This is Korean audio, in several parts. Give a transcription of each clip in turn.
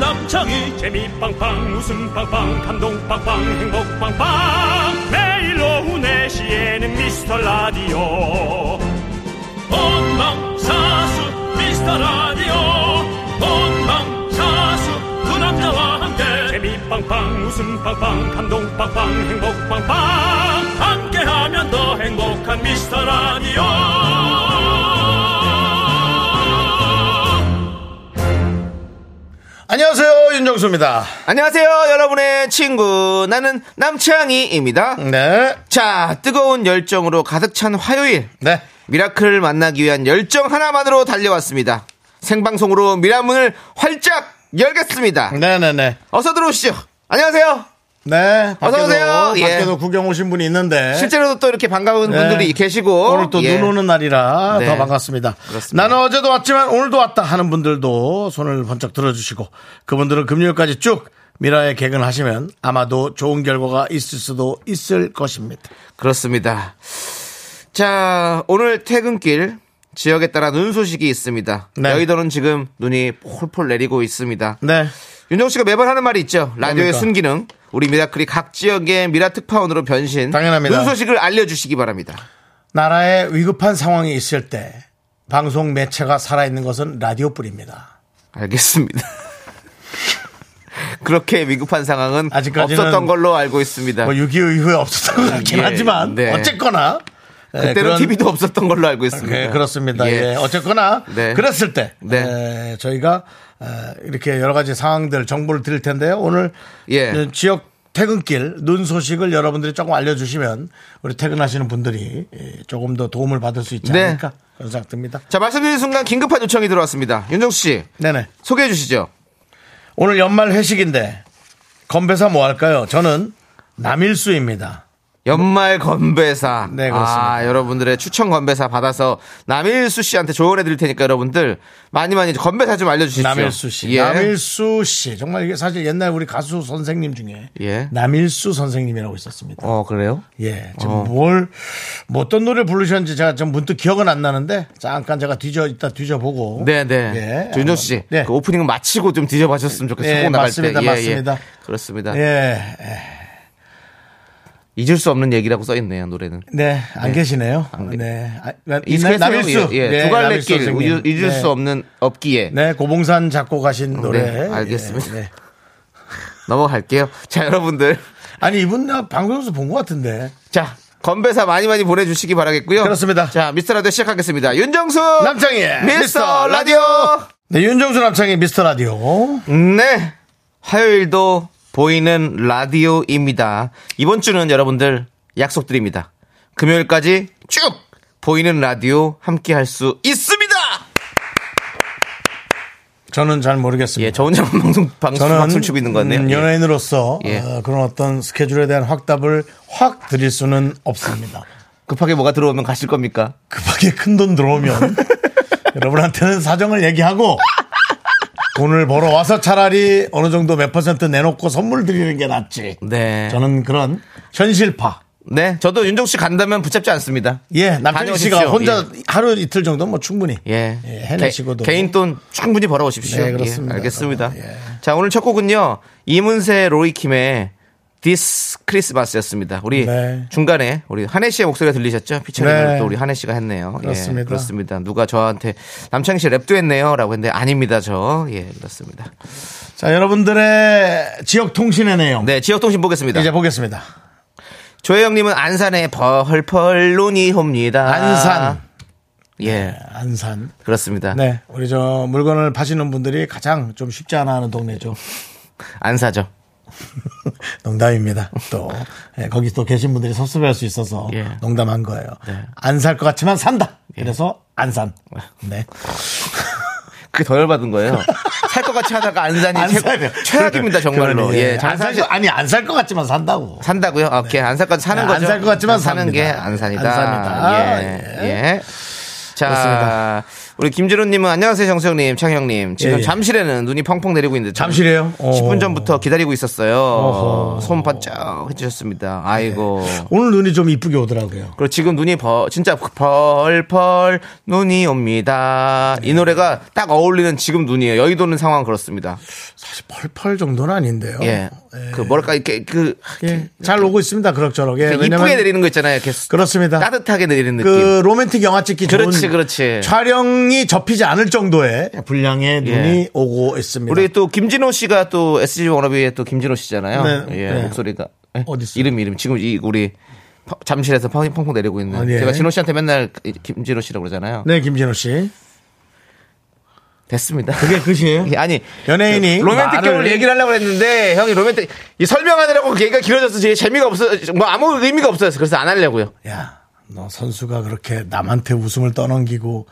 왕창 재미 빵빵 웃음 빵빵 감동 빵빵 행복 빵빵 매일 오후 4시에는 미스터 라디오 본방사수 미스터 라디오 본방사수 그 남자와 함께 재미 빵빵 웃음 빵빵 감동 빵빵 행복 빵빵 함께하면 더 행복한 미스터 라디오 안녕하세요 윤정수입니다. 안녕하세요, 여러분의 친구. 나는 남창희입니다. 네, 자, 뜨거운 열정으로 가득 찬 화요일. 네. 미라클을 만나기 위한 열정 하나만으로 달려왔습니다. 생방송으로 미라문을 활짝 열겠습니다. 네네네. 어서 들어오시죠. 안녕하세요. 네. 밖에도, 오세요. 밖에도 예. 구경 오신 분이 있는데. 실제로도 또 이렇게 반가운 네. 분들이 계시고. 오늘 또 눈 예. 오는 날이라 네. 더 반갑습니다. 그렇습니다. 나는 어제도 왔지만 오늘도 왔다 하는 분들도 손을 번쩍 들어주시고 그분들은 금요일까지 쭉 미라에 개근하시면 아마도 좋은 결과가 있을 수도 있을 것입니다. 그렇습니다. 자, 오늘 퇴근길 지역에 따라 눈 소식이 있습니다. 네. 여의도는 지금 눈이 폴폴 내리고 있습니다. 네. 윤정 씨가 매번 하는 말이 있죠. 라디오의 뭡니까? 순기능. 우리 미라클이 각 지역의 미라 특파원으로 변신. 당연합니다. 눈 소식을 알려주시기 바랍니다. 나라에 위급한 상황이 있을 때 방송 매체가 살아있는 것은 라디오뿐입니다. 알겠습니다. 그렇게 위급한 상황은 아직까지는 없었던 걸로 알고 있습니다. 뭐 6.25 이후에 없었던 것 같긴 예, 하지만 네. 어쨌거나 예, 그때는 그런- TV도 없었던 걸로 알고 있습니다. 네, 그렇습니다. 예. 예, 어쨌거나 네. 그랬을 때 네. 예, 저희가 어, 이렇게 여러 가지 상황들 정보를 드릴 텐데요. 오늘 예. 그 지역 퇴근길 눈 소식을 여러분들이 조금 알려주시면 우리 퇴근하시는 분들이 예, 조금 더 도움을 받을 수 있지 네. 않을까 그런 생각 듭니다. 자, 말씀드린 순간 긴급한 요청이 들어왔습니다. 윤정수 씨, 네네. 소개해 주시죠. 오늘 연말 회식인데 건배사 뭐 할까요? 저는 남일수입니다. 연말 건배사. 네, 그렇습니다. 아, 여러분들의 추천 건배사 받아서 남일수 씨한테 조언해 드릴 테니까 여러분들 많이 많이 건배사 좀 알려주십시오. 남일수 씨. 예. 남일수 씨. 정말 이게 사실 옛날 우리 가수 선생님 중에 예. 남일수 선생님이라고 있었습니다. 어, 그래요? 예, 지금 어. 뭘, 뭐 어떤 노래 부르셨는지 제가 좀 문득 기억은 안 나는데, 잠깐 제가 뒤져, 이따 뒤져보고. 네네. 예, 조윤정 씨, 네. 그 오프닝 마치고 좀 뒤져봐셨으면 좋겠어요. 예, 예, 나갈 맞습니다, 때. 맞습니다. 그렇습니다. 예, 예. 잊을 수 없는 얘기라고 써 있네요 노래는. 네, 안 계시네요. 네. 아, 나- 익숙해서, 남일수. 예, 예. 네, 남일수 두갈래길 선생님. 잊을, 잊을 네. 수 없는 없기에 네, 고봉산 작곡 하신 노래. 네, 알겠습니다. 예, 네. 넘어갈게요. 자 여러분들, 아니, 이분 나 방송에서 본 것 같은데. 자 건배사 많이 많이 보내주시기 바라겠고요. 그렇습니다. 자 미스터라디오 시작하겠습니다. 윤정수 남창희의 미스터 미스터 라디오. 네, 윤정수 남창의 미스터 라디오. 네. 화요일도 보이는 라디오입니다. 이번 주는 여러분들 약속드립니다. 금요일까지 쭉 보이는 라디오 함께 할 수 있습니다! 저는 잘 모르겠습니다. 예, 저 혼자 방송, 방송 박수 치고 있는 것 같네요. 음, 예. 연예인으로서 예. 어, 그런 어떤 스케줄에 대한 확답을 확 드릴 수는 없습니다. 급하게 뭐가 들어오면 가실 겁니까? 급하게 큰 돈 들어오면 여러분한테는 사정을 얘기하고 돈을 벌어 와서 차라리 어느 정도 몇 퍼센트 내놓고 선물 드리는 게 낫지. 네. 저는 그런 현실파. 네, 저도 윤종 씨 간다면 붙잡지 않습니다. 예, 남편 다녀오십시오. 씨가 혼자 예. 하루 이틀 정도 뭐 충분히 예. 예, 해내시고도 개, 인돈 충분히 벌어오십시오. 네, 그렇습니다. 예, 알겠습니다. 예. 자, 오늘 첫 곡은요. 이문세 로이킴의 디스 크리스마스였습니다. 우리 네. 중간에 우리 한혜 씨의 목소리가 들리셨죠? 피처링을 네. 또 우리 한혜 씨가 했네요. 예, 그렇습니다. 그렇습니다. 누가 저한테 남창희 씨 랩도 했네요. 라고 했는데 아닙니다. 저. 예, 그렇습니다. 자 여러분들의 지역 통신의 내용 네, 지역통신 보겠습니다. 이제 보겠습니다. 조혜영님은 안산에 펄펄 눈이 옵니다. 안산. 예, 안산. 그렇습니다. 네, 우리 저 물건을 파시는 분들이 가장 좀 쉽지 않아 하는 동네죠. 안사죠. 농담입니다. 또 예, 거기 또 계신 분들이 섭섭해할 수 있어서 예. 농담한 거예요. 안 살 것 같지만 산다. 그래서 안산. 네. 그게 더 열받은 거예요. 살 것 같이 하다가 안산이 안 최고, 사요. 최악입니다, 정말로. 그러네. 예, 안 살, 장사실 거- 아니 안 살 것 같지만 산다고. 산다고요? 아, 오케이. 안산까지 사는 네, 안 거죠. 살 것 같지만 사는 삽니다. 게 안산이다. 안 삽니다. 예. 예. 자, 그렇습니다. 우리 김지로님은 안녕하세요, 정수영님, 창영님. 지금 예, 예. 잠실에는 눈이 펑펑 내리고 있는데. 저는 잠실이에요? 어. 10분 전부터 기다리고 있었어요. 어허. 네. 손 바짝 해주셨습니다. 아이고. 오늘 눈이 좀 이쁘게 오더라고요. 그리고 지금 눈이 벌, 진짜 펄펄 눈이 옵니다. 이 노래가 딱 어울리는 지금 눈이에요. 여의도는 상황 그렇습니다. 사실 펄펄 정도는 아닌데요. 예. 그 뭐랄까, 이렇게 그, 예, 잘 오고 있습니다. 그럭저럭. 예, 이쁘게 왜냐면 내리는 거 있잖아요. 이렇게 그렇습니다. 따뜻하게 내리는 느낌. 그 로맨틱 영화 찍기 좋은 그렇지, 그렇지. 촬영이 접히지 않을 정도의 분량의 예. 눈이 오고 있습니다. 우리 또 김진호 씨가 또 SG 워너비의 또 김진호 씨잖아요. 네, 예, 네. 목소리가 예? 어디 있어요? 이름 이름 지금 이 우리 펑- 잠실에서 펑- 펑펑 내리고 있는. 아, 예. 제가 진호 씨한테 맨날 이- 김진호 씨라고 그러잖아요. 네, 김진호 씨. 됐습니다. 그게 끝이에요? 예, 아니 연예인이 로맨틱 말을- 경우를 얘기를 하려고 했는데 형이 로맨틱 이 설명하느라고 얘기가 길어져서 제 재미가 없어 뭐 아무 의미가 없어서 그래서 안 하려고요. 야, 너 선수가 그렇게 남한테 웃음을 떠넘기고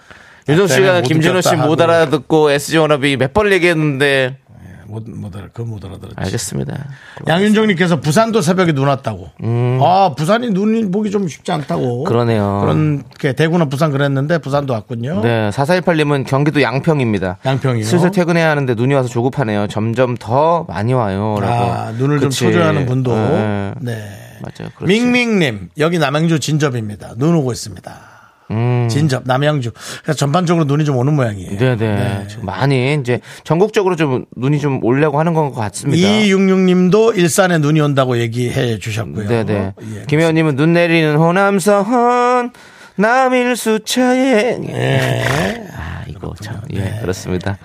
윤정 나 때문에 씨가 네, 못 김진호 이겼다 네. 씨 못 하고. 알아듣고 SG 워너비 몇 번 얘기했는데 못, 못 알아, 그건 못 알아들었지. 알겠습니다. 양윤정님께서 부산도 새벽에 눈 왔다고. 아, 부산이 눈이 보기 좀 쉽지 않다고. 음. 그러네요. 그런, 게 대구나 부산 그랬는데 부산도 왔군요. 네, 4418님은 경기도 양평입니다. 양평이요? 슬슬 퇴근해야 하는데 눈이 와서 조급하네요. 점점 더 많이 와요. 라고. 아, 눈을 그치. 좀 초조해 하는 분도. 네. 네. 맞아요. 그렇지. 밍밍님, 여기 남양주 진접입니다. 눈 오고 있습니다. 음. 진접, 남양주. 그러니까 전반적으로 눈이 좀 오는 모양이에요. 네, 네. 지금 많이 이제 전국적으로 좀 눈이 좀 오려고 하는 것 같습니다. 266님도 일산에 눈이 온다고 얘기해 주셨고요. 네, 네. 예. 김혜원님은 눈 내리는 호남서헌 남일수 차행. 예. 아, 이거 참. 예, 그렇습니다.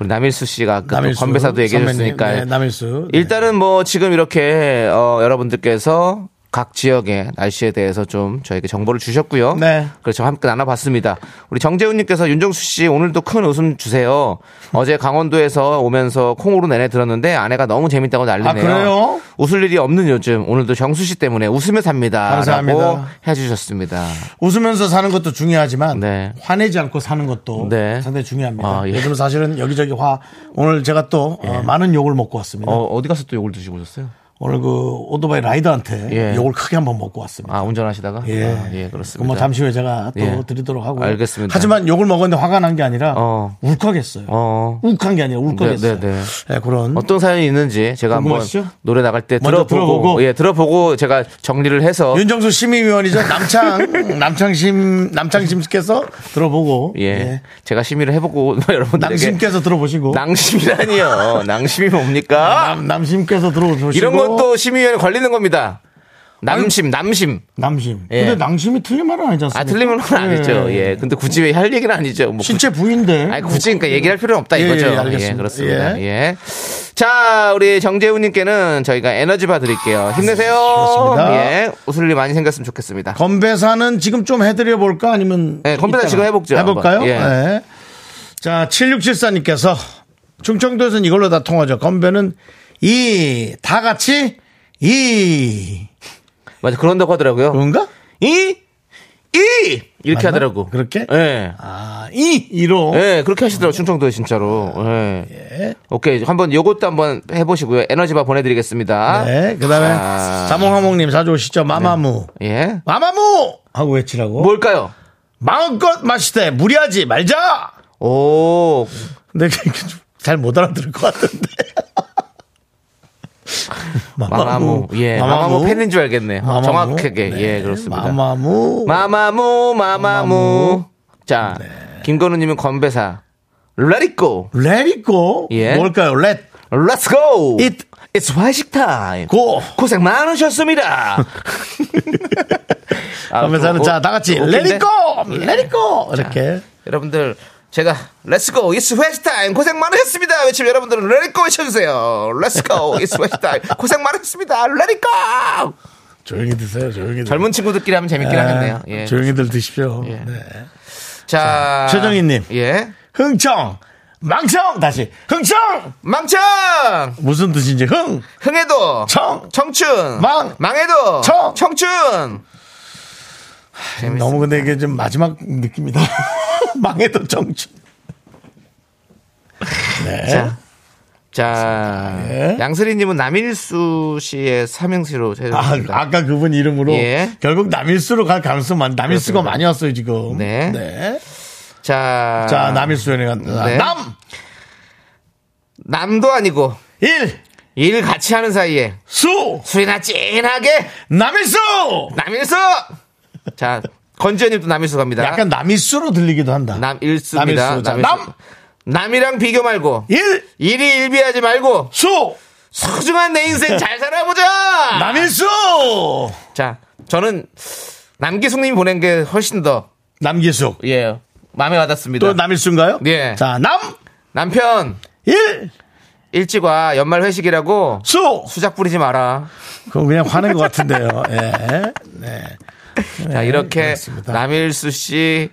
우리 남일수 씨가 네. 아까 또 남일수 그 건배사도 얘기해 선배님. 줬으니까 네, 남일수. 네. 일단은 뭐 지금 이렇게 어, 여러분들께서 각 지역의 날씨에 대해서 좀 저에게 정보를 주셨고요. 네. 그렇죠. 함께 나눠봤습니다. 우리 정재훈님께서 윤정수 씨 오늘도 큰 웃음 주세요. 어제 강원도에서 오면서 콩으로 내내 들었는데 아내가 너무 재밌다고 난리네요. 아, 그래요? 웃을 일이 없는 요즘 오늘도 정수 씨 때문에 웃으며 삽니다. 라고 감사합니다. 해주셨습니다. 웃으면서 사는 것도 중요하지만 네. 화내지 않고 사는 것도 네. 상당히 중요합니다. 아, 예. 요즘 사실은 여기저기 화 오늘 제가 또 어, 많은 욕을 먹고 왔습니다. 어, 어디 가서 또 욕을 드시고 오셨어요? 오늘 그 오토바이 라이더한테 예. 욕을 크게 한번 먹고 왔습니다. 아, 운전하시다가? 예. 아, 예, 그럼 그렇습니다. 뭐 잠시 후에 제가 또 예. 드리도록 하고. 알겠습니다. 하지만 욕을 먹었는데 화가 난 게 아니라 어. 울컥했어요. 어. 욱한 게 아니라 울컥했어요. 네, 네, 예, 그런 어떤 사연이 있는지 제가 한번 궁금하시죠? 노래 나갈 때 먼저 들어보고, 들어보고. 예 들어보고 제가 정리를 해서 윤정수 심의위원이죠. 남창 남창심 남창심께서 들어보고 예, 예. 제가 심의를 해보고 여러분들에게 남심께서 들어보시고 아, 낭심이라니요 낭심이 뭡니까 남, 남심께서 들어보시고 이런 것도 심의위원회 걸리는 겁니다 남심 남심 남심. 예. 근데 남심이 틀린 말은 아니지 않습니까? 아 틀리면 건 아니죠 예 근데 굳이 왜 할 얘기는 아니죠 뭐 신체 부인데. 아니 굳이 그러니까 얘기할 필요는 없다 예, 이거죠. 예, 예, 알겠습니다. 그렇습니다. 예. 예. 자, 우리 정재훈님께는 저희가 에너지 바 드릴게요. 아, 힘내세요. 그렇습니다. 예, 웃을 일 많이 생겼으면 좋겠습니다. 건배사는 지금 좀 해드려 볼까 아니면 네, 건배사 이따가 지금 해볼죠, 해볼까요? 한번. 예. 네. 자, 7674님께서 충청도에서는 이걸로 다 통하죠. 건배는 이, 다 같이 이. 맞아, 그런다고 하더라고요. 그런가? 이, 이 이렇게 맞나? 하더라고. 그렇게? 예. 아, 이, 이로. 예, 그렇게 하시더라고 충청도에 진짜로. 예. 오케이, 한번 요것도 한번 해보시고요. 에너지 바 보내드리겠습니다. 네. 그 다음에 아. 자몽하몽님 자주 오시죠. 마마무. 예. 마마무! 하고 외치라고. 뭘까요? 마음껏 마시되 무리하지 말자! 오, 근데 잘 못 알아들을 것 같은데. 마마무. 예, 마마무 팬인 줄 알겠네. 요 마마무. 정확하게. 네. 예, 그렇습니다. 마마무. 마마무 마마무 마마무. 네. 자 김건우님은 건배사 Let it go 렛 있고 예. 뭘까요? 렛 Let's go It- s 화식 타임 고. 고생 많으셨습니다 아, 그러면서는 오- 자, 다 같이 오- 렛 웃긴데? 예. 있고 렛 있고 이렇게 여러분들 제가 Let's go it's 화식 타임 고생 많으셨습니다 외치면 여러분들은 Let it go 외쳐주세요 Let's go it's 화식 타임 고생 많으셨습니다 Let it go 조용히 드세요. 조용히 드세요. 젊은 친구들끼리 하면 재밌긴 하겠네요 예. 아, 조용히들 드십시오. 예. 네. 자 최정희님. 예 흥청 망청 다시 흥청 망청 무슨 뜻인지 흥 흥해도 청! 청춘 망! 망해도 청! 청춘 너무 근데 이게 좀 마지막 느낌이다. 망해도 정춘. 네. 자, 자 예. 양슬이님은 남일수 씨의 삼행시로 아, 해주셨습니다. 아까 그분 이름으로 예. 결국 남일수로 갈 가능성 많. 남일수가 그렇습니다. 많이 왔어요 지금. 네. 자, 자, 남일수연이 간다. 네. 남! 남도 아니고 일! 일 같이 하는 사이에 수! 술이나 찐하게 남일수! 남일수. 자, 건지현님도 남일수 갑니다. 약간 남일수로 들리기도 한다. 남일수입니다. 남일수. 자, 남! 남이랑 비교 말고 일! 일이 일비하지 말고 수! 소중한 내 인생 잘 살아보자. 남일수! 자, 저는 남기숙님이 보낸 게 훨씬 더 남기숙. 예. 마음에 와닿습니다. 또 남일수인가요? 예. 자, 남! 남편 일! 일찍 와 연말 회식이라고 수! 수작 부리지 마라. 그건 그냥 화낸 것 같은데요. 예. 자 이렇게 네, 그렇습니다. 남일수 씨,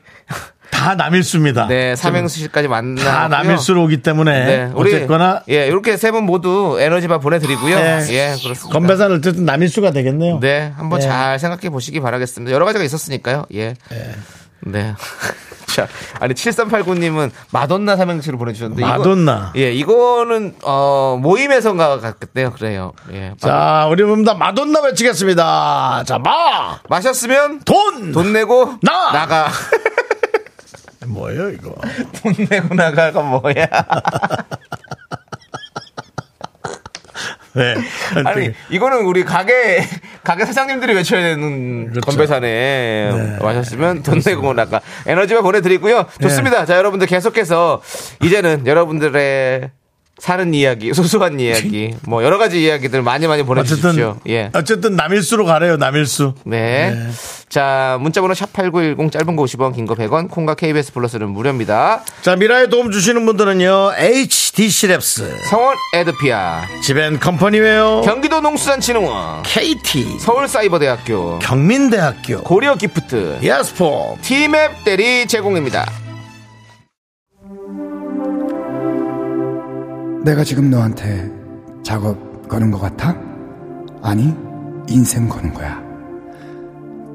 다 남일수입니다. 네 삼행수 씨까지 만나. 다 남일수로 오기 때문에 네, 우리 어쨌거나 예 이렇게 세 분 모두 에너지바 보내드리고요. 예. 예 그렇습니다. 건배사는 어쨌든 남일수가 되겠네요. 네 한번 예. 잘 생각해 보시기 바라겠습니다. 여러 가지가 있었으니까요. 예. 네. 자, 아니 7389님은 마돈나 삼행시를 보내주셨는데 이거- 마돈나. 예, 이거는 어 모임에서인가 같겠대요. 그래요. 예. 자, 우리 모두 다 마돈나 외치겠습니다. 자, 마! 마셨으면 돈! 돈 내고 나! 나가. 뭐예요, 이거? 돈 내고 나가가 뭐야? 네. 아니 이거는 우리 가게 가게 사장님들이 외쳐야 되는 그렇죠. 건배사네 마셨으면 돈 내고 나가 에너지만 보내드리고요 네. 좋습니다 자 여러분들 계속해서 이제는 여러분들의 사는 이야기 소소한 이야기 뭐 여러 가지 이야기들 많이 많이 보내주십시오 예. 어쨌든 어쨌든 남일수로 가래요 남일수 네. 예네자 문자번호 샵 #8910 짧은 거 50원 긴 거 100원 콩과 KBS 플러스는 무료입니다 자 미라에 도움 주시는 분들은요 HDC 랩스 성원 에드피아 지벤 컴퍼니웨어 경기도 농수산진흥원 KT 서울사이버대학교 경민대학교 고려 기프트 예스폼 티맵 대리 제공입니다. 내가 지금 너한테 작업 거는 것 같아? 아니, 인생 거는 거야.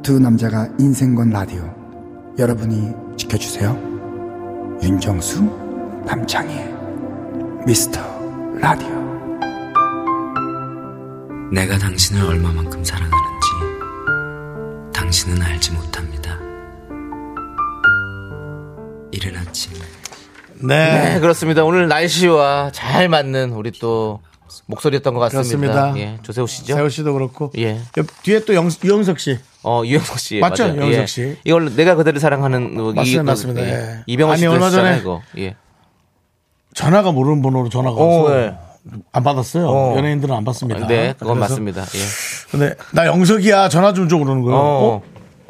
두 남자가 인생 건 라디오. 여러분이 지켜주세요. 윤정수, 남창희, 미스터 라디오. 내가 당신을 얼마만큼 사랑하는지 당신은 알지 못합니다. 이른 아침 네, 네 그렇습니다. 오늘 날씨와 잘 맞는 우리 또 목소리였던 것 같습니다. 그렇습니다. 예, 조세호 씨죠? 세호 씨도 그렇고 예. 옆- 뒤에 또 영, 유영석 씨 어, 유영석 씨. 맞죠? 맞아요. 유영석 예. 씨. 이걸 내가 그대를 사랑하는 어, 맞습니다, 맞습니다. 예. 이병헌 아니, 씨도 얼마 얼마 전에 전에 이거. 예. 전화가 모르는 번호로 전화가 어, 와서 예. 안 받았어요 어. 연예인들은 안 받습니다 네, 그건 네. 아, 그래서 맞습니다. 예. 근데 나 영석이야 전화 좀 줘 그러는 거예요 어. 어?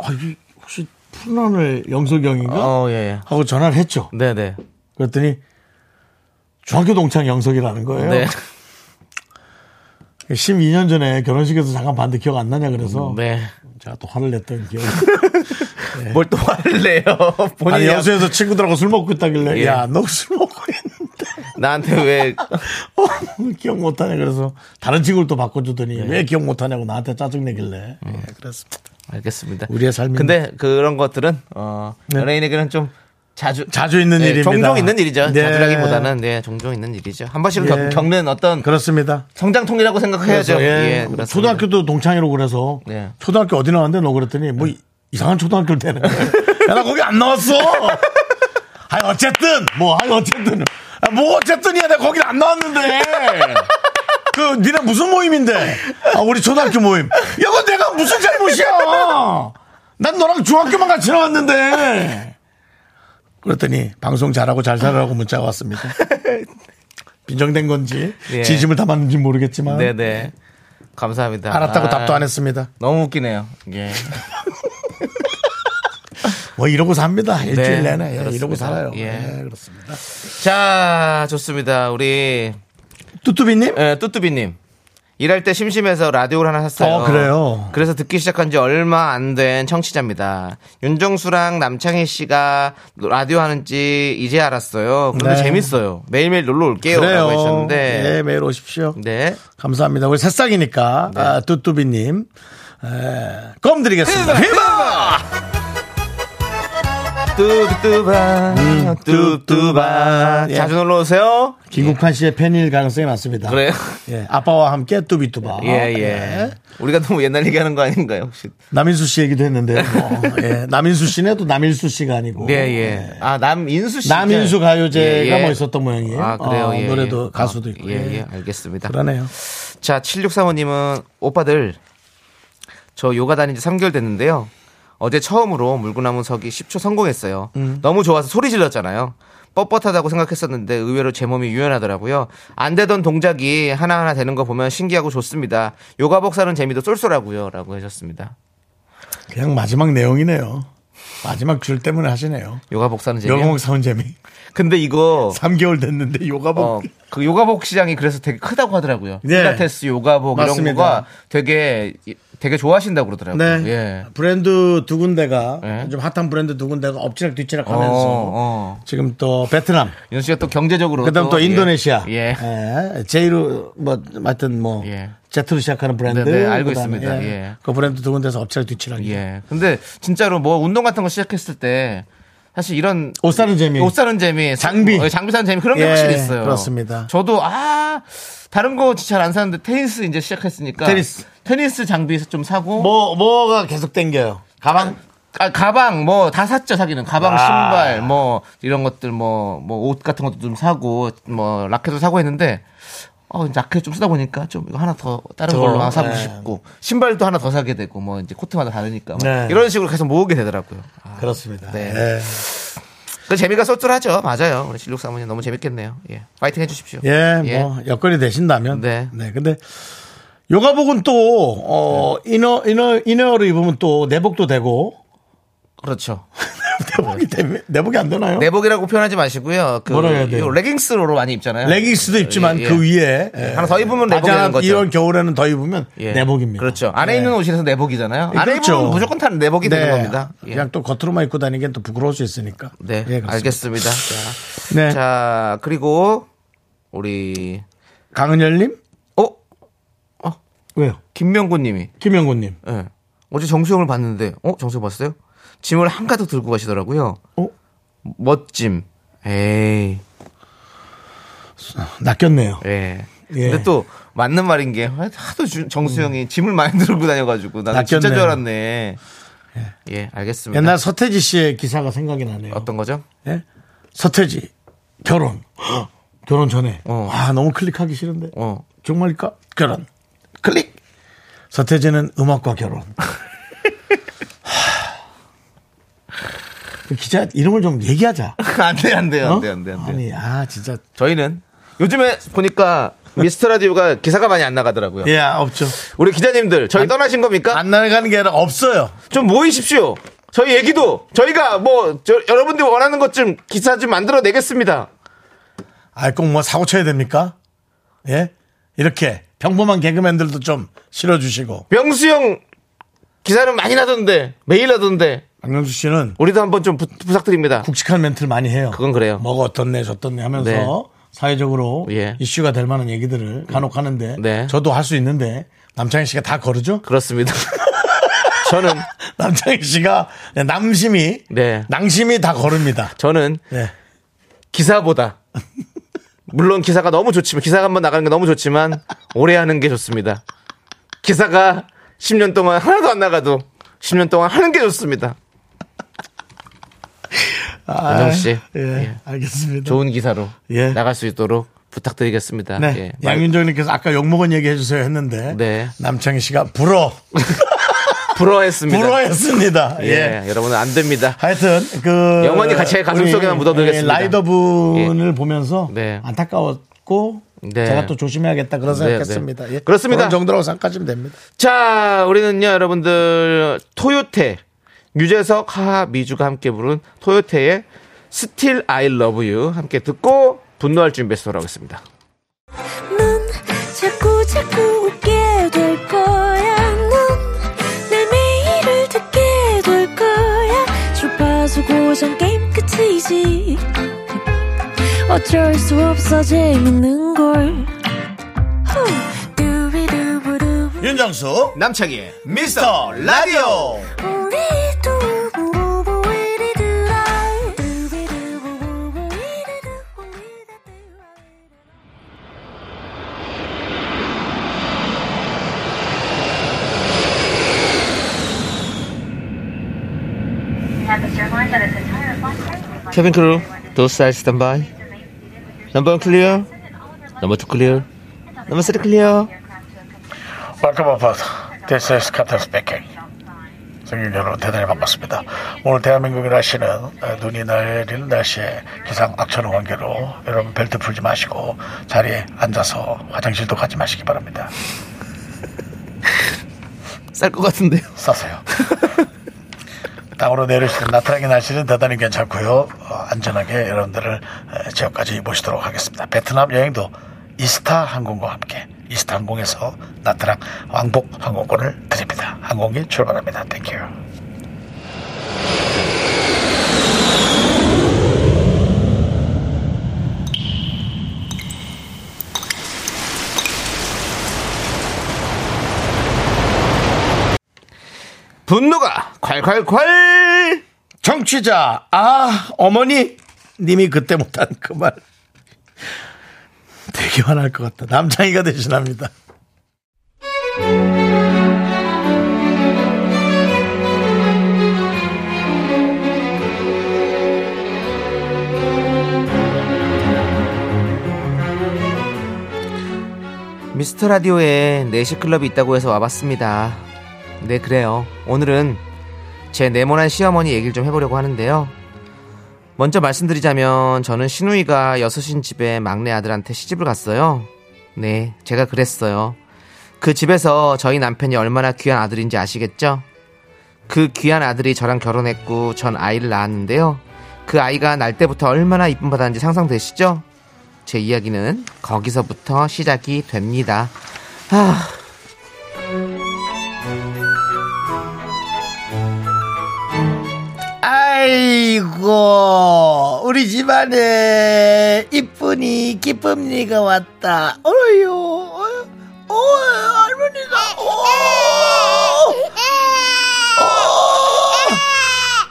아, 이 혹시 푸른하늘 영석이 형인가 어, 예, 예. 하고 전화를 했죠 네, 네. 그랬더니 중학교 동창 영석이라는 거예요. 네. 12년 전에 결혼식에서 잠깐 봤는데 기억 안 나냐 그래서 네. 제가 또 화를 냈던 기억이 뭘 또 화를 내요? 본인이 네. 아니 여수에서 친구들하고 술 먹고 있다길래 예. 야 너 술 먹고 있는데 나한테 왜 어, 기억 못하냐 그래서 다른 친구를 또 예. 바꿔주더니 왜 기억 못하냐고 나한테 짜증내길래 예, 그랬습니다. 알겠습니다. 우리의 삶이- 네. 근데 그런 것들은 어, 연예인에게는 좀 자주 자주 있는 예, 일입니다. 종종 있는 일이죠. 네. 자주라기보다는 네, 종종 있는 일이죠. 한 번씩은 겪- 예. 겪는 어떤 그렇습니다. 성장통이라고 생각해야죠. 그래서, 예, 예, 그렇습니다. 초등학교도 동창회로 그래서 네. 초등학교 어디 나왔는데 너 그랬더니 뭐 예. 이- 이상한 초등학교를 대는 거예요. 야나 거기 안 나왔어. 아니 어쨌든 뭐 아니 어쨌든 아, 뭐 어쨌든이야 내가 거기 안 나왔는데. 그 니네 무슨 모임인데? 아 우리 초등학교 모임. 야, 그 내가 무슨 잘못이야? 난 너랑 중학교만 같이 나왔는데. 그랬더니 방송 잘하고 잘 살아라고 문자가 왔습니다. 빈정된 건지 예. 진심을 담았는지 모르겠지만 네네. 감사합니다. 알았다고 아, 답도 안 했습니다. 너무 웃기네요. 예. 뭐 이러고 삽니다. 일주일 네, 내내 예, 그렇습니다. 이러고 살아요. 예. 예, 그렇습니다. 자, 좋습니다. 우리 뚜뚜비님 예, 뚜뚜비님. 일할 때 심심해서 라디오를 하나 샀어요. 어, 그래요? 그래서 듣기 시작한 지 얼마 안 된 청취자입니다. 윤정수랑 남창희 씨가 라디오 하는지 이제 알았어요. 그런데 네. 재밌어요. 매일매일 놀러 올게요. 라고 그래요. 하셨는데. 예, 매일 오십시오. 네. 감사합니다. 우리 새싹이니까 아, 예, 뚜뚜비님 에, 껌 드리겠습니다. 휘바! 뚜뚜뚜바 뚜뚜바 음, 예. 자주 놀러 오세요. 김국환 씨의 팬일 가능성이 많습니다. 그래요. 예, 아빠와 예, 함께 뚜비뚜바. 예, 예. 우리가 너무 옛날 얘기하는 거 아닌가요, 혹시? 남인수 씨 얘기도 했는데요. 뭐. 예, 남인수 씨네 또 남인수 씨가 아니고. 예, 예. 아, 남인수 씨. 남인수 가요제가 예, 예. 뭐 있었던 모양이에요. 아, 그래요. 어, 예, 예. 노래도 가수도 있고. 예, 예. 예. 알겠습니다. 그러네요. 자, 7635님은 오빠들 저 요가 다닌 지 3개월 됐는데요. 어제 처음으로 물구나무 서기 10초 성공했어요. 음. 너무 좋아서 소리 질렀잖아요. 뻣뻣하다고 생각했었는데 의외로 제 몸이 유연하더라고요. 안 되던 동작이 하나하나 되는 거 보면 신기하고 좋습니다. 요가복 사는 재미도 쏠쏠하고요. 라고 하셨습니다. 그냥 마지막 내용이네요. 마지막 줄 때문에 하시네요. 요가복 사는 재미. 명곡 사운 재미. 근데 이거 3개월 됐는데 요가복. 어, 그 요가복 시장이 그래서 되게 크다고 하더라고요. 네. 필라테스 요가복 이런 맞습니다. 거가 되게 되게 좋아하신다고 그러더라고요. 네. 예. 브랜드 두 군데가 예. 좀 핫한 브랜드 두 군데가 엎치락 뒤치락 하면서 뭐 어, 어. 지금 또 베트남 윤 씨가 또 경제적으로 그다음 또 예. 인도네시아, 예. 예. 제이로 뭐 하여튼 뭐 예. 제트로 시작하는 브랜드, 네, 네, 알고 그다음에, 있습니다. 예. 그 브랜드 두 군데서 업체를 뒤치라. 예. 예. 근데 진짜로 뭐 운동 같은 거 시작했을 때 사실 이런 옷 사는 재미. 옷 사는 재미, 장비. 어, 장비 사는 재미 그런 게 예, 확실히 있어요. 그렇습니다. 저도 아 다른 거 잘 안 사는데 테니스 이제 시작했으니까 테니스. 테니스 장비 좀 사고 뭐 뭐가 계속 땡겨요. 가방. 아, 가방 뭐 다 샀죠 사기는 가방 신발 뭐 이런 것들 뭐 뭐 옷 같은 것도 좀 사고 뭐 라켓도 사고 했는데 어 이제 라켓 좀 쓰다 보니까 좀 이거 하나 더 다른 더, 걸로 하나 사고 네. 싶고 신발도 하나 더 사게 되고 뭐 이제 코트마다 다르니까 막 네. 이런 식으로 계속 모으게 되더라고요. 아, 그렇습니다. 네. 예. 그 재미가 쏠쏠하죠 맞아요 우리 실력 사모님 너무 재밌겠네요. 예 파이팅 해주십시오. 예, 뭐 여건이 되신다면. 네. 네. 근데 요가복은 또 어, 네. 이너 이너 이너를 입으면 또 내복도 되고 그렇죠. 내복이 되면 내복이 안 되나요? 네. 내복이라고 표현하지 마시고요. 그 뭐라 해야 돼요? 요 레깅스로 많이 입잖아요. 레깅스도 입지만 예, 예. 그 위에 예. 하나 더 입으면 바지 하나 내복이라는 거죠. 이런 겨울에는 더 입으면 예. 내복입니다. 그렇죠. 안에 있는 옷이라서 내복이잖아요. 예, 안에 그렇죠. 네. 입으면 무조건 다 내복이 되는 겁니다. 예. 그냥 또 겉으로만 입고 다니기엔 또 부끄러울 수 있으니까. 네, 예, 그렇습니다. 알겠습니다. 자, 네. 자, 그리고 우리 강은열님? 어 왜요? 김명구님이 김영곤님. 예. 어제 정수영을 봤는데 어 정수영 봤어요? 짐을 한가득 들고 가시더라고요. 어? 멋짐. 에이, 낚였네요. 예. 예. 음. 근데 또 맞는 말인 게 하도 주- 정수영이 짐을 많이 들고 다녀가지고 나는 진짜 낚였네요. 줄 알았네. 예, 알겠습니다. 옛날 서태지 씨의 기사가 생각이 나네요. 어떤 거죠? 예? 서태지, 결혼. 헉, 결혼 전에. 어. 아, 너무 클릭하기 싫은데. 어. 정말일까? 결혼. 클릭! 서태지는 음악과 결혼. 하. 기자 이름을 좀 얘기하자. 안 돼, 안 돼요, 어? 안 돼, 안 돼, 안 돼. 아니, 아, 진짜. 저희는 요즘에 보니까 미스터 라디오가 기사가 많이 안 나가더라고요. 예, 없죠. 우리 기자님들 저희 떠나신 겁니까? 안 나가는 게 아니라 없어요. 좀 모이십시오. 저희 얘기도 저희가 뭐 저- 여러분들이 원하는 것 좀 기사 좀 만들어 내겠습니다. 아, 꼭 뭐 사고 쳐야 됩니까? 예? 이렇게 평범한 개그맨들도 좀 실어주시고. 명수형 기사는 많이 나던데 매일 나던데 박명수 씨는 우리도 한번 좀 부, 탁드립니다 굵직한 멘트를 많이 해요. 그건 그래요. 뭐가 어떻네, 저떻네 하면서 네. 사회적으로 예. 이슈가 될 만한 얘기들을 간혹 하는데 네. 저도 할 수 있는데 남창희 씨가 다 거르죠? 그렇습니다. 저는 남창희 씨가 남심이 네. 낭심이 다 거릅니다. 저는 예. 기사보다 물론 기사가 너무 좋지만 기사가 한번 나가는 게 너무 좋지만 오래 하는 게 좋습니다. 기사가 10년 동안 하나도 안 나가도 10년 동안 하는 게 좋습니다. 윤정 아, 씨, 예, 예. 알겠습니다. 좋은 기사로 예. 나갈 수 있도록 부탁드리겠습니다. 네. 예. 말- 양윤정님께서 아까 욕먹은 얘기 해주세요 했는데 네. 남창희 씨가 불어 부러워했습니다. 불어했습니다. 예. 예, 여러분은 안 됩니다. 하여튼 그 영원히 같이 가슴 우리, 속에만 묻어두겠습니다. 예, 라이더 분을 보면서 네. 안타까웠고 네. 제가 또 조심해야겠다 그런 네, 생각했습니다. 네. 예. 그렇습니다. 그런 정도라고 생각하시면 됩니다. 자, 우리는요, 여러분들, 토요테, 유재석, 하하, 미주가 함께 부른 토요테의 Still I Love You 함께 듣고 분노할 준비해서 돌아오겠습니다. 넌 자꾸 자꾸 웃게 될 거야. 넌내 매일을 듣게 될 거야. 주파수 고정 게임 끝이지. 어쩔 수 없어 재밌는 걸. 후. 두비두부두. 윤정수 남창희의 미스터 라디오 우리 두부부부 우리 두라. 케빈 크루, 두 사이즈 스탠바이. 넘버 1 클리어, 넘버 2 클리어, 넘버 3 클리어. Welcome aboard. This is Captain speaking. 승객 여러분 대단히 반갑습니다. 오늘 대한민국의 날씨는 어, 눈이 내리는 날씨에 기상 악천후 관계로 여러분 벨트 풀지 마시고 자리에 앉아서 화장실도 가지 마시기 바랍니다. 쌀 것 같은데요. 싸세요. 땅으로 내릴 수 있는 나트랑의 날씨는 대단히 괜찮고요. 어, 안전하게 여러분들을 어, 지역까지 모시도록 하겠습니다. 베트남 여행도 이스타 항공과 함께 이스타 항공에서 나트랑 왕복 항공권을 드립니다. 항공기 출발합니다. 땡큐. 분노가 콸콸콸! 정취자, 아, 어머니, 님이 그때 못한 그 말. 되게 화날 것 같다. 남창희가 대신합니다. 미스터 라디오에 내시 클럽이 있다고 해서 와봤습니다. 네, 그래요. 오늘은 제 네모난 시어머니 얘기를 좀 해보려고 하는데요. 먼저 말씀드리자면 저는 신우이가 여섯인 집에 막내 아들한테 시집을 갔어요. 네, 제가 그랬어요. 그 집에서 저희 남편이 얼마나 귀한 아들인지 아시겠죠? 그 귀한 아들이 저랑 결혼했고 전 아이를 낳았는데요. 그 아이가 날 때부터 얼마나 이쁨 받았는지 상상되시죠? 제 이야기는 거기서부터 시작이 됩니다. 아, 아이고, 우리 집안에 이쁜이, 기쁨이가 왔다. 어휴, 어휴, 어휴, 할머니가, 어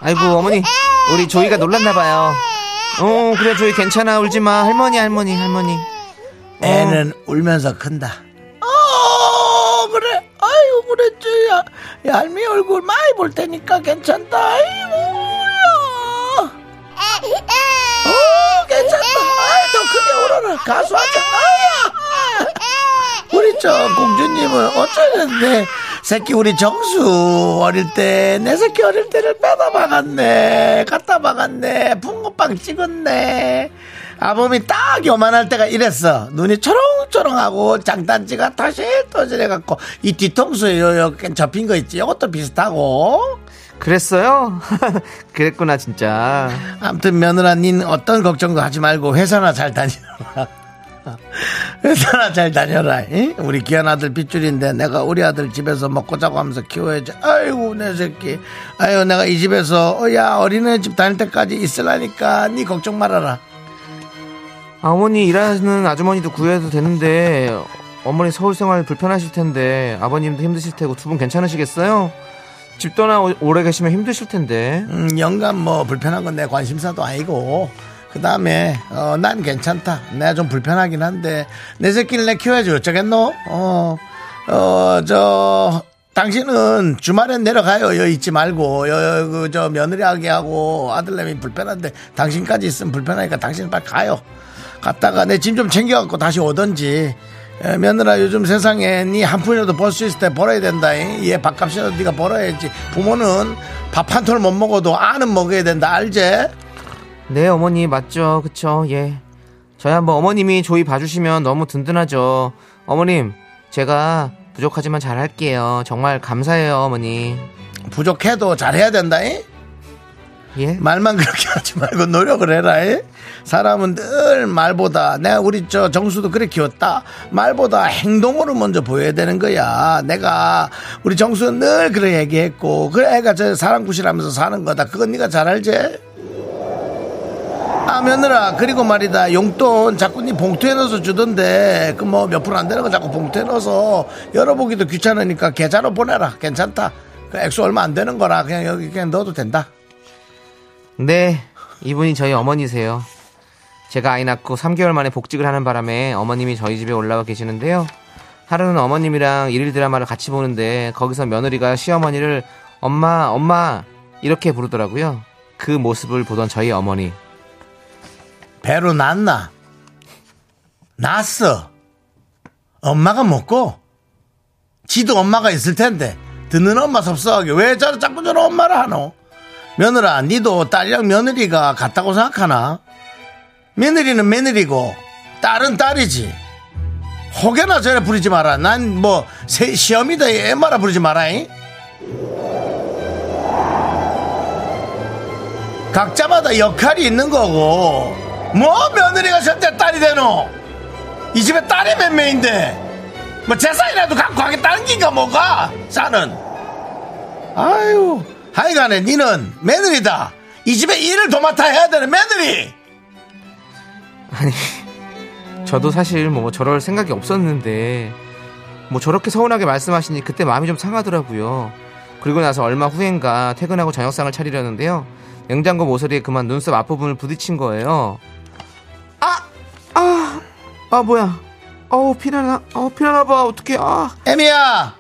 아이고 어머니 우리 조이가 놀랐나 봐요. 어 그래 조이 괜찮아 울지 마 할머니 할머니 할머니. 애는 울면서 큰다. 어, 그래. 아이고, 그랬지. 야, 얄미 얼굴 많이 볼 테니까 괜찮다. 아이고야. 어, 괜찮다. 아이, 더 크게 울어라. 가수하자. 아야. 우리 저 공주님은 어쩌는데 새끼 우리 정수 어릴 때 내 새끼 어릴 때를 빼다 박았네 갖다 박았네 붕어빵 찍었네 아범이 딱 요만할 때가 이랬어 눈이 초롱초롱하고 장단지가 터실터실해갖고 이 뒤통수에 요- 요렇게 접힌 거 있지 이것도 비슷하고 그랬어요? 그랬구나 진짜. 아무튼 며느라 닌 어떤 걱정도 하지 말고 회사나 잘 다녀라. 회사나 잘 다녀라. 응? 우리 귀한 아들 빗줄인데 내가 우리 아들 집에서 먹고 자고 하면서 키워야지. 아이고 내 새끼. 아유 내가 이 집에서 어, 야 어린애집 다닐 때까지 있으라니까 네 걱정 말아라. 아, 어머니 일하는 아주머니도 구해도 되는데 어머니 서울 생활 불편하실 텐데 아버님도 힘드실 테고 두 분 괜찮으시겠어요? 집 떠나 오- 오래 계시면 힘드실 텐데. 음, 영감 뭐 불편한 건 내 관심사도 아니고 그 다음에 어, 난 괜찮다 내가 좀 불편하긴 한데 내 새끼를 내 키워야지 어쩌겠노 어, 어어저 당신은 주말엔 내려가요 여 있지 말고 여그저 며느리하게 하고 아들내미 불편한데 당신까지 있으면 불편하니까 당신 빨리 가요 갔다가 내 짐 좀 챙겨갖고 다시 오든지 에, 며느라 요즘 세상에 니 한 푼이라도 벌 수 있을 때 벌어야 된다 잉? 얘 밥값이라도 네가 벌어야지 부모는 밥 한 톨 못 먹어도 아는 먹어야 된다 알제? 네 어머니 맞죠 그쵸 예 저희 한번 어머님이 조이 봐주시면 너무 든든하죠 어머님 제가 부족하지만 잘할게요 정말 감사해요 어머니 부족해도 잘해야 된다 잉? 예 말만 그렇게 하지 말고 노력을 해라. 에? 사람은 늘 말보다 내가 우리 저 정수도 그래 키웠다. 말보다 행동으로 먼저 보여야 되는 거야. 내가 우리 정수는 늘 그래 얘기했고 그래 애가 저 사람 구실하면서 사는 거다. 그건 네가 잘 알지? 아 며느라 그리고 말이다 용돈 자꾸 네 봉투에 넣어서 주던데 그 뭐 몇 푼 안 되는 거 자꾸 봉투에 넣어서 열어보기도 귀찮으니까 계좌로 보내라 괜찮다 그 액수 얼마 안 되는 거라 그냥 여기 그냥 넣어도 된다 네, 이분이 저희 어머니세요. 제가 아이 낳고 3개월 만에 복직을 하는 바람에 어머님이 저희 집에 올라와 계시는데요. 하루는 어머님이랑 일일 드라마를 같이 보는데 거기서 며느리가 시어머니를 엄마, 엄마 이렇게 부르더라고요. 그 모습을 보던 저희 어머니 배로 났나? 났어. 엄마가 먹고, 지도 엄마가 있을 텐데, 듣는 엄마 섭섭하게 왜 저, 자꾸 저런 엄마를 하노? 며느라, 니도 딸이랑 며느리가 같다고 생각하나? 며느리는 며느리고, 딸은 딸이지. 혹여나 저래 부리지 마라. 난 뭐, 세- 시험이다, 애마라 부리지 마라잉. 각자마다 역할이 있는 거고 뭐 며느리가 절대 딸이 되노 이 집에 딸이 몇 명인데 뭐 재산이라도 갖고 하겠다는 긴가 뭐가 싸는 아유 하여간에 니는 며느리다 이 집에 일을 도맡아 해야 되는 며느리 저도 사실 뭐 저럴 생각이 없었는데 뭐 저렇게 서운하게 말씀하시니 그때 마음이 좀 상하더라고요. 그리고 나서 얼마 후엔가 퇴근하고 저녁상을 차리려는데요. 냉장고 모서리에 그만 눈썹 앞부분을 부딪힌 거예요. 아! 아! 아 뭐야? 어우 피나나? 어 피나나 봐 어떡해 아! 애미야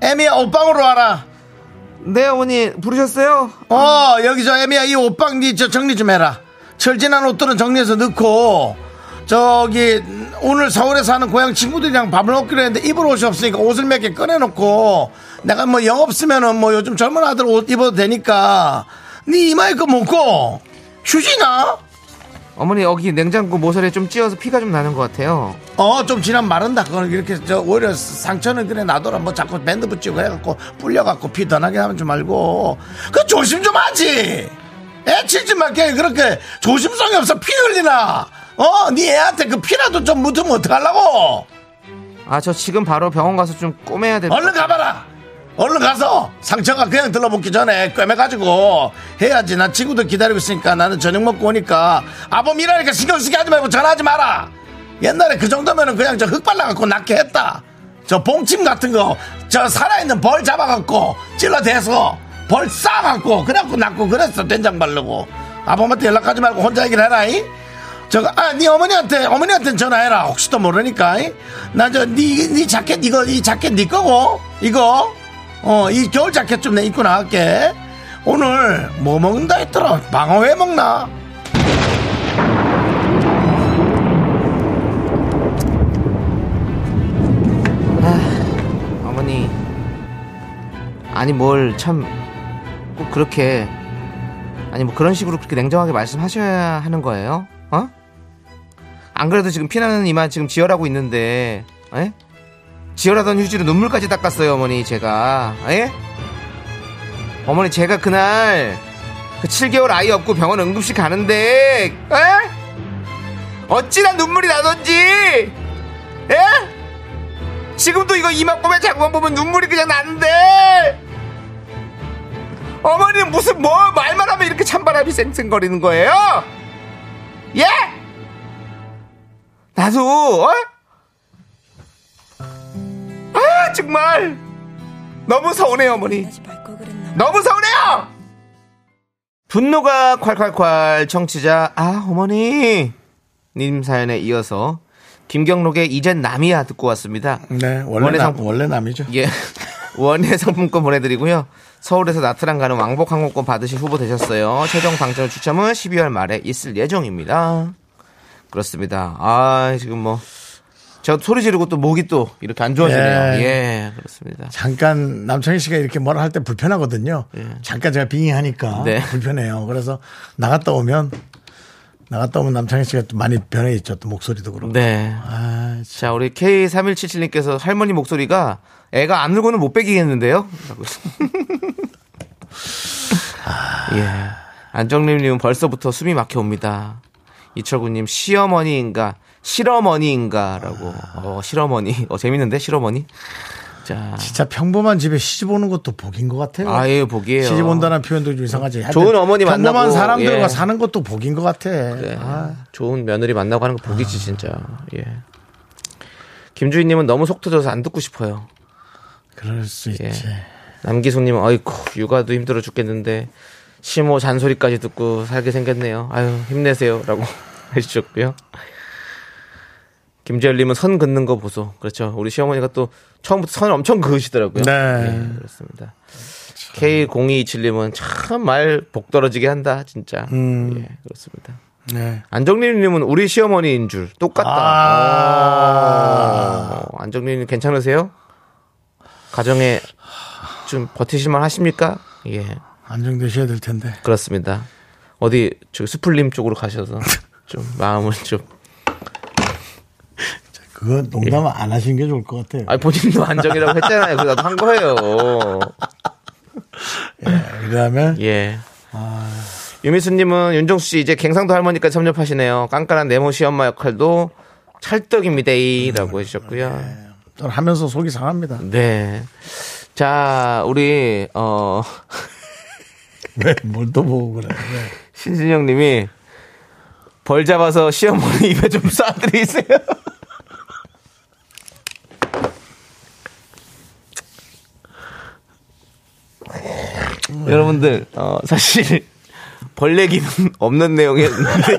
애미야 옷방으로 와라 네 어머니 부르셨어요? 어 여기 저 애미야 이 옷방 니 저 정리 좀 해라 철진한 옷들은 정리해서 넣고 저기 오늘 서울에 사는 고향 친구들이랑 밥을 먹기로 했는데 입을 옷이 없으니까 옷을 몇 개 꺼내놓고 내가 뭐 영업 쓰면은 뭐 요즘 젊은 아들 옷 입어도 되니까 니 이마이크 먹고 휴지나 어머니 여기 냉장고 모서리에 좀 찧어서 피가 좀 나는 것 같아요. 어 좀 지나면 마른다 그거는 이렇게 저 오히려 상처는 그래 놔둬라 뭐 자꾸 밴드 붙이고 해갖고 불려갖고 피 더 나게 하면 좀 말고 그 조심 좀 하지 애 치지 말게 그렇게 조심성이 없어 피 흘리나 어네 애한테 그 피라도 좀 묻으면 어떡하려고 아 저 지금 바로 병원 가서 좀 꼬매야 될. 얼른 가봐라 얼른 가서 상처가 그냥 들러붙기 전에 꿰매가지고 해야지 난 친구들 기다리고 있으니까 나는 저녁 먹고 오니까 아범 일하니까 신경 쓰게 하지 말고 전화하지 마라 옛날에 그 정도면은 그냥 저 흙 발라갖고 낫게 했다 저 봉침 같은 거 저 살아있는 벌 잡아갖고 찔러대서 벌 싸갖고 그래갖고 낫고 그랬어 된장 바르고 아범한테 연락하지 말고 혼자 얘기를 해라잉 저거 아네 어머니한테 어머니한테 전화해라 혹시도 모르니까 나저네네 자켓 이거 이 자켓 네 거고 이거 어 이 겨울 자켓 좀 내 입고 나갈게 오늘 뭐 먹는다 했더라 방어회 먹나 어머니 아니 뭘 참 꼭 그렇게 아니 뭐 그런 식으로 그렇게 냉정하게 말씀하셔야 하는 거예요? 어? 안 그래도 지금 피나는 이마 지금 지혈하고 있는데 에? 지혈하던 휴지로 눈물까지 닦았어요 어머니 제가 에? 어머니 제가 그날 그 7개월 아이 없고 병원 응급실 가는데 에? 어찌나 눈물이 나던지 예? 에? 지금도 이거 이마 꼬매 자국만 보면 눈물이 그냥 나는데 어머니는 무슨 뭐 말만 하면 이렇게 찬바람이 쌩쌩거리는 거예요? 예? 나도 어? 아 정말 너무 서운해요 어머니 너무 서운해요 분노가 콸콸콸 청취자 아 어머니 님 사연에 이어서 김경록의 이젠 남이야 듣고 왔습니다 네 원래 남- 원래 남이죠 예. 원예 상품권 보내드리고요. 서울에서 나트랑 가는 왕복 항공권 받으실 후보 되셨어요. 최종 당첨 추첨은 12월 말에 있을 예정입니다. 그렇습니다. 아 지금 뭐 제가 소리 지르고 또 목이 또 이렇게 안 좋아지네요. 예. 예, 그렇습니다. 잠깐 남창희 씨가 이렇게 뭐라 할 때 불편하거든요 잠깐 제가 빙의하니까 예. 네. 불편해요 그래서 나갔다 오면 나갔다 오면 남창희 씨가 또 많이 변해 있죠 또 목소리도 그렇고 네. 아, 참. 자 우리 K3177님께서 할머니 목소리가 애가 안 울고는 못 빼기겠는데요? 라고. 아. 예. 안정림님은 벌써부터 숨이 막혀옵니다. 이철구님 시어머니인가 실어머니인가라고. 어 실어머니. 어 재밌는데 실어머니. 자 진짜 평범한 집에 시집 오는 것도 복인 것 같아요 아예 보기에요. 시집 온다는 표현도 좀 이상하지. 하여튼 좋은 어머니 평범한 만나고, 사람들과 예. 사는 것도 복인 것 같아. 네. 아, 좋은 며느리 만나고 하는 거 복이지 진짜. 예. 김주희님은 너무 속 터져서 안 듣고 싶어요. 그럴 수 있지. 예. 남기숙님, 아이고, 육아도 힘들어 죽겠는데, 심호 잔소리까지 듣고 살게 생겼네요. 아유, 힘내세요. 라고 해주셨고요. 김재열님은 선 긋는 거 보소. 그렇죠. 우리 시어머니가 또 처음부터 선을 엄청 그으시더라고요. 네. 예, 그렇습니다. K0227님은 참 말 복 떨어지게 한다 진짜. 예, 그렇습니다. 네. 안정림님은 우리 시어머니인 줄 똑같다. 아. 어, 안정림님 괜찮으세요? 가정에 좀 버티실만 하십니까? 예, 안정되셔야 될 텐데. 그렇습니다. 어디 저 수풀림 쪽으로 가셔서 좀 마음을 좀. 그건 농담 안 하시는 게 좋을 것 같아요. 예. 아 본인도 안정이라고 했잖아요. 그래서 나도 한 거예요. 그 다음에 예. 유미수님은 윤정수 씨 이제 갱상도 할머니까지 섭렵하시네요. 깐깐한 네모 시엄마 역할도 찰떡입니다이라고 해주셨고요. 저는 하면서 속이 상합니다. 네. 자, 우리, 어, 왜? 뭘 또 보고 그래. 왜? 신진영 님이 벌 잡아서 시어머니 입에 좀 싸드리세요. 음. 여러분들, 어, 사실 벌 얘기는 없는 내용이었는데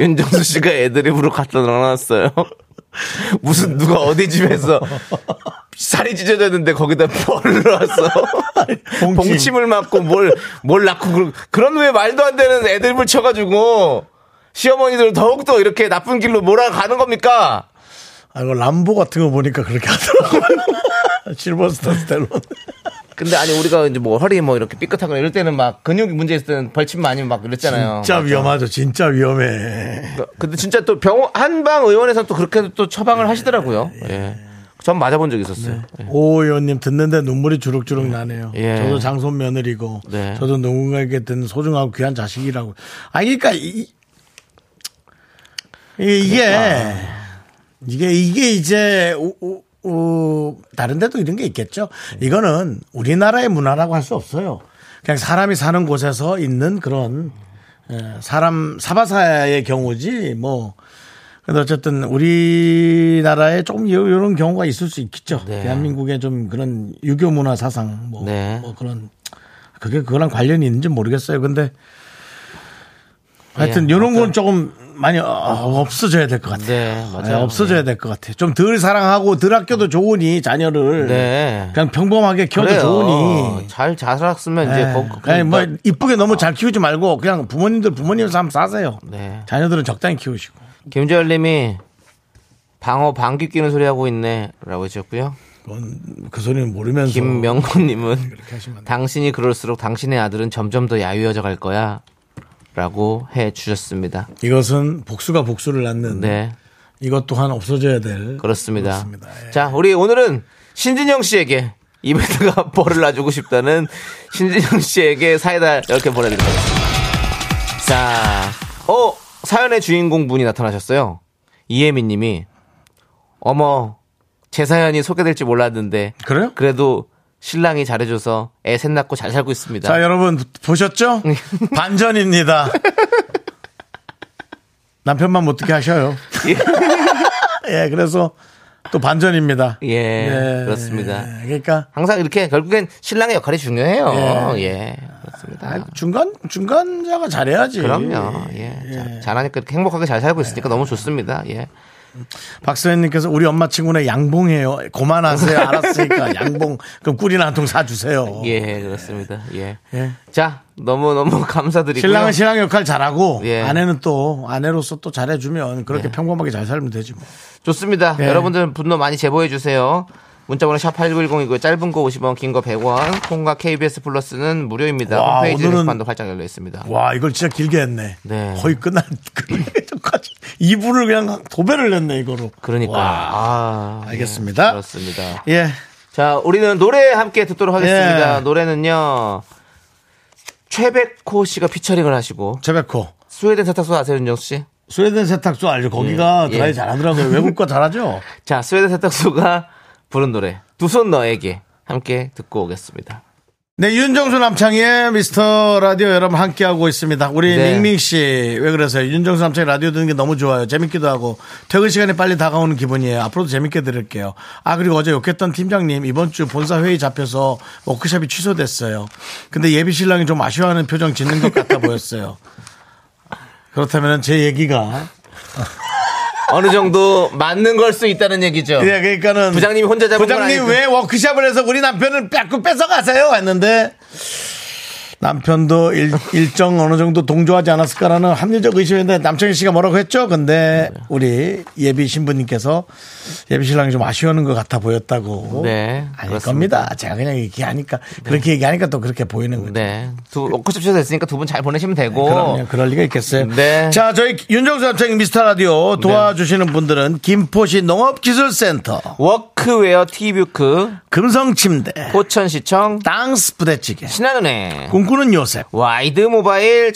윤정수 씨가 애드립으로 갖다 넣어놨어요. 무슨 네. 누가 어디 집에서 살이 찢어졌는데 거기다 벌을 넣었어. 봉침. 봉침을 맞고 뭘, 뭘 낳고 그런, 그런 왜 말도 안 되는 애들을 쳐가지고 시어머니들은 더욱더 이렇게 나쁜 길로 몰아가는 겁니까? 아, 이거 람보 같은 거 보니까 그렇게 하더라고요. 실버스타 스텔론. 어, 근데 아니 우리가 이제 뭐 허리 뭐 이렇게 삐끗하거나 이럴 때는 막 근육이 문제 있을 때는 벌침 많이 막 이랬잖아요. 진짜 위험하죠. 진짜 위험해. 그- 근데 진짜 또 병원 한방 의원에서 또 그렇게 또 처방을 하시더라고요. 예. 전 맞아본 적이 네. 있었어요. 예. 오 의원님 듣는데 눈물이 주룩주룩 나네요. 예. 저도 장손 며느리고 네. 저도 누군가에게 든 소중하고 귀한 자식이라고. 아 그러니까 이, 이- 이게 그러니까. 이게 이게 이제 우- 우- 우- 다른 데도 이런 게 있겠죠. 이거는 우리나라의 문화라고 할 수 없어요. 그냥 사람이 사는 곳에서 있는 그런 예, 사람 사바사의 경우지 뭐 근데 어쨌든 우리나라에 조금 요- 요런 경우가 있을 수 있겠죠. 대한민국의 좀 그런 유교 문화 사상 뭐, 네. 뭐 그런 그게 그거랑 관련이 있는지 모르겠어요. 근데 하여튼 예, 요런 건 조금 많이 어, 없어져야 될 것 같아요. 네, 맞아요. 예, 없어져야 될 것 같아요. 좀 덜 사랑하고 덜 아껴도 좋으니 자녀를 네. 그냥 평범하게 키워도 그래요. 어, 좋으니 잘 자살했으면 이제 그 거, 그러니까 거- 아니, 뭐 이쁘게 너무 잘 키우지 말고 그냥 부모님들 부모님 삶 사세요. 네. 자녀들은 적당히 키우시고. 김재열님이 방어 방귀 끼는 소리 하고 있네라고 해주셨고요. 그건 그 소리는 모르면서 김명훈님은 하시면 안 당신이 그럴수록 당신의 아들은 점점 더 야유어져 갈 거야라고 해주셨습니다. 이것은 복수가 복수를 낳는 네, 이것 또한 없어져야 될 그렇습니다. 그렇습니다. 예. 자, 우리 오늘은 신진영 씨에게 입에다가 벌을 놔주고 싶다는 신진영 씨에게 사이다 이렇게 보내드리겠습니다. 자, 어 사연의 주인공 분이 나타나셨어요. 이혜민님이 어머 제 사연이 소개될지 몰랐는데 그래요? 그래도 신랑이 잘해줘서 애 셋 낳고 잘 살고 있습니다. 자 여러분 보셨죠? 네. 반전입니다. 남편만 못듣게 하셔요. 예, 그래서 또 반전입니다. 예, 그렇습니다. 예, 그러니까 항상 이렇게 결국엔 신랑의 역할이 중요해요. 예, 아, 그렇습니다. 중간 중간자가 잘해야지. 그럼요. 예. 자, 잘하니까 이렇게 행복하게 잘 살고 있으니까 너무 좋습니다. 예. 박서연님께서 우리 엄마 친구네 양봉해요. 고만하세요. 알았으니까 양봉 그럼 꿀이나 한 통 사주세요. 예, 그렇습니다. 예. 어. 예. 자, 너무너무 감사드리고요. 신랑은 신랑 역할 잘하고 예. 아내는 또 아내로서 또 잘해주면 그렇게 평범하게 잘 살면 되지 뭐. 좋습니다. 예. 여러분들 분노 많이 제보해 주세요. 문자번호 샵 8910이고요. 짧은 거 50원, 긴 거 100원. 콩과 KBS 플러스는 무료입니다. 와, 홈페이지 오늘은- 게시판도 활짝 열려 있습니다. 와 이걸 진짜 길게 했네. 네. 거의 끝날 끝까지 이불을 그냥 도배를 했네 이거로. 그러니까. 와, 아, 알겠습니다. 예, 그렇습니다. 예. 자, 우리는 노래 함께 듣도록 하겠습니다. 예. 노래는요. 최백호 씨가 피처링을 하시고 제베코 스웨덴 세탁소 아세요, 윤정수 씨? 스웨덴 세탁소 알죠? 거기가 예. 드라이 예. 잘하더라고요. 외국 거 잘하죠? 자, 스웨덴 세탁소가 부른 노래 두 손 너에게 함께 듣고 오겠습니다. 네, 윤정수 남창희의 미스터 라디오 여러분 함께하고 있습니다. 우리 네. 밍밍 씨, 왜 그러세요? 윤정수 남창희 라디오 듣는 게 너무 좋아요. 재밌기도 하고, 퇴근 시간이 빨리 다가오는 기분이에요. 앞으로도 재밌게 들을게요. 아, 그리고 어제 욕했던 팀장님, 이번 주 본사 회의 잡혀서 워크숍이 취소됐어요. 근데 예비 신랑이 좀 아쉬워하는 표정 짓는 것 같아 보였어요. 그렇다면 제 얘기가 어느 정도 맞는 걸 수 있다는 얘기죠. 예, 그러니까는 부장님이 혼자 잡은 건 부장님 아니고. 왜 워크샵을 해서 우리 남편을 빼고 뺏어 가세요 했는데 남편도 일, 일정 어느 정도 동조하지 않았을까라는 합리적 의심인데 남창희 씨가 뭐라고 했죠? 근데 우리 예비 신부님께서 예비 신랑이 좀 아쉬워하는 것 같아 보였다고. 네, 아닐 그렇습니다. 겁니다. 제가 그냥 얘기하니까 그렇게 얘기하니까 또 그렇게 보이는 거죠. 네. 두, 워크숍에서 했으니까 두 분 잘 보내시면 되고. 네, 그럼요. 그럴 리가 있겠어요. 네. 자, 저희 윤정수 남창희 미스터 라디오 도와주시는 분들은 김포시 농업기술센터, 워크웨어 티뷰크, 금성침대, 포천시청, 땅스 부대찌개, 신한은행, 꿈꾸는 요셉. 와이드 모바일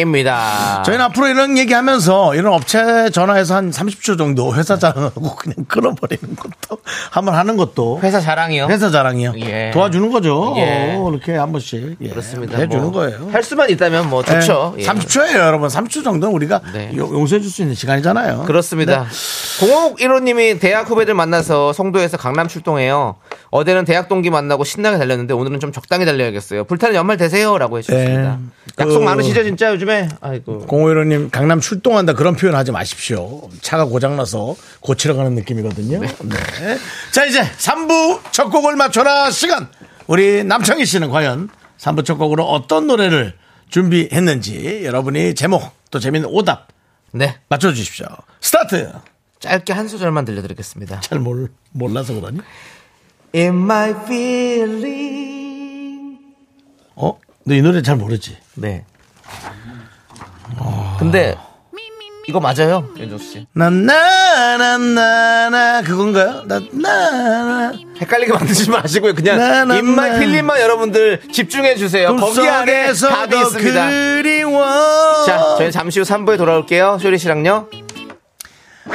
제공입니다. 저희는 앞으로 이런 얘기하면서 이런 업체 전화해서 한 30초 정도 회사 네. 자랑하고 그냥 끊어버리는 것도 한번 하는 것도 회사 자랑이요. 회사 자랑이요. 예. 도와주는 거죠. 예. 어, 이렇게 한 번씩 예, 그렇습니다. 해주는 뭐, 거예요. 할 수만 있다면 뭐 좋죠. 예. 예. 30초예요, 여러분. 30초 정도는 우리가 네. 요- 용서해줄 수 있는 시간이잖아요. 네. 그렇습니다. 공옥 1호님이 대학 후배들 만나서 송도에서 강남 출동해요. 어제는 대학 동기 만나고 신나게 달렸는데 오늘은 좀 적당히 달려야겠어요. 불타는 연말 되세요라고 네. 해주셨습니다. 약속 그- 많으시죠 진짜 요즘에? 아이고. 공호일호님 강남 출동한다 그런 표현 하지 마십시오. 차가 고장나서 고치러 가는 느낌이거든요. 네. 자 이제 3부 첫 곡을 맞춰라 시간. 우리 남창희 씨는 과연 3부 첫 곡으로 어떤 노래를 준비했는지 여러분이 제목 또 재밌는 오답 네. 맞춰주십시오. 스타트. 짧게 한 소절만 들려드리겠습니다. 잘 몰, 몰라서 그러니? In my feeling. 어? 너 이 노래 잘 모르지? 네. 근데 이거 맞아요, 윤정수 씨. 나나나나나 그건가요? 나나나 헷갈리게 만드시지 마시고요. 나, 그냥 나, 입맛 나. 필름만 여러분들 집중해 주세요. 거기 안에 답이 더 있습니다. 그리워 자, 저희 잠시 후 3부에 돌아올게요. 쇼리 씨랑요. 아,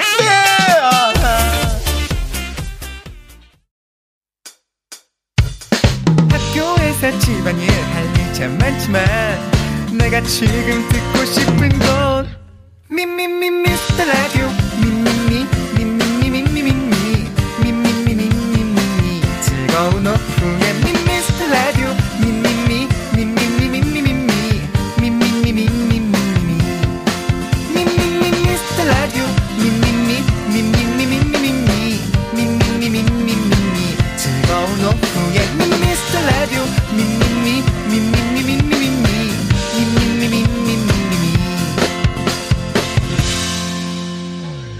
학교에서 집안일 할 일 참 많지만 내가 지금 듣고 싶은 건 미미미 미스터 라디오 미미미 미미미 미미미 미미미 미미미 즐거운 오후에 미스터 라디오 미미미 미미미 미미미 미미미 미미미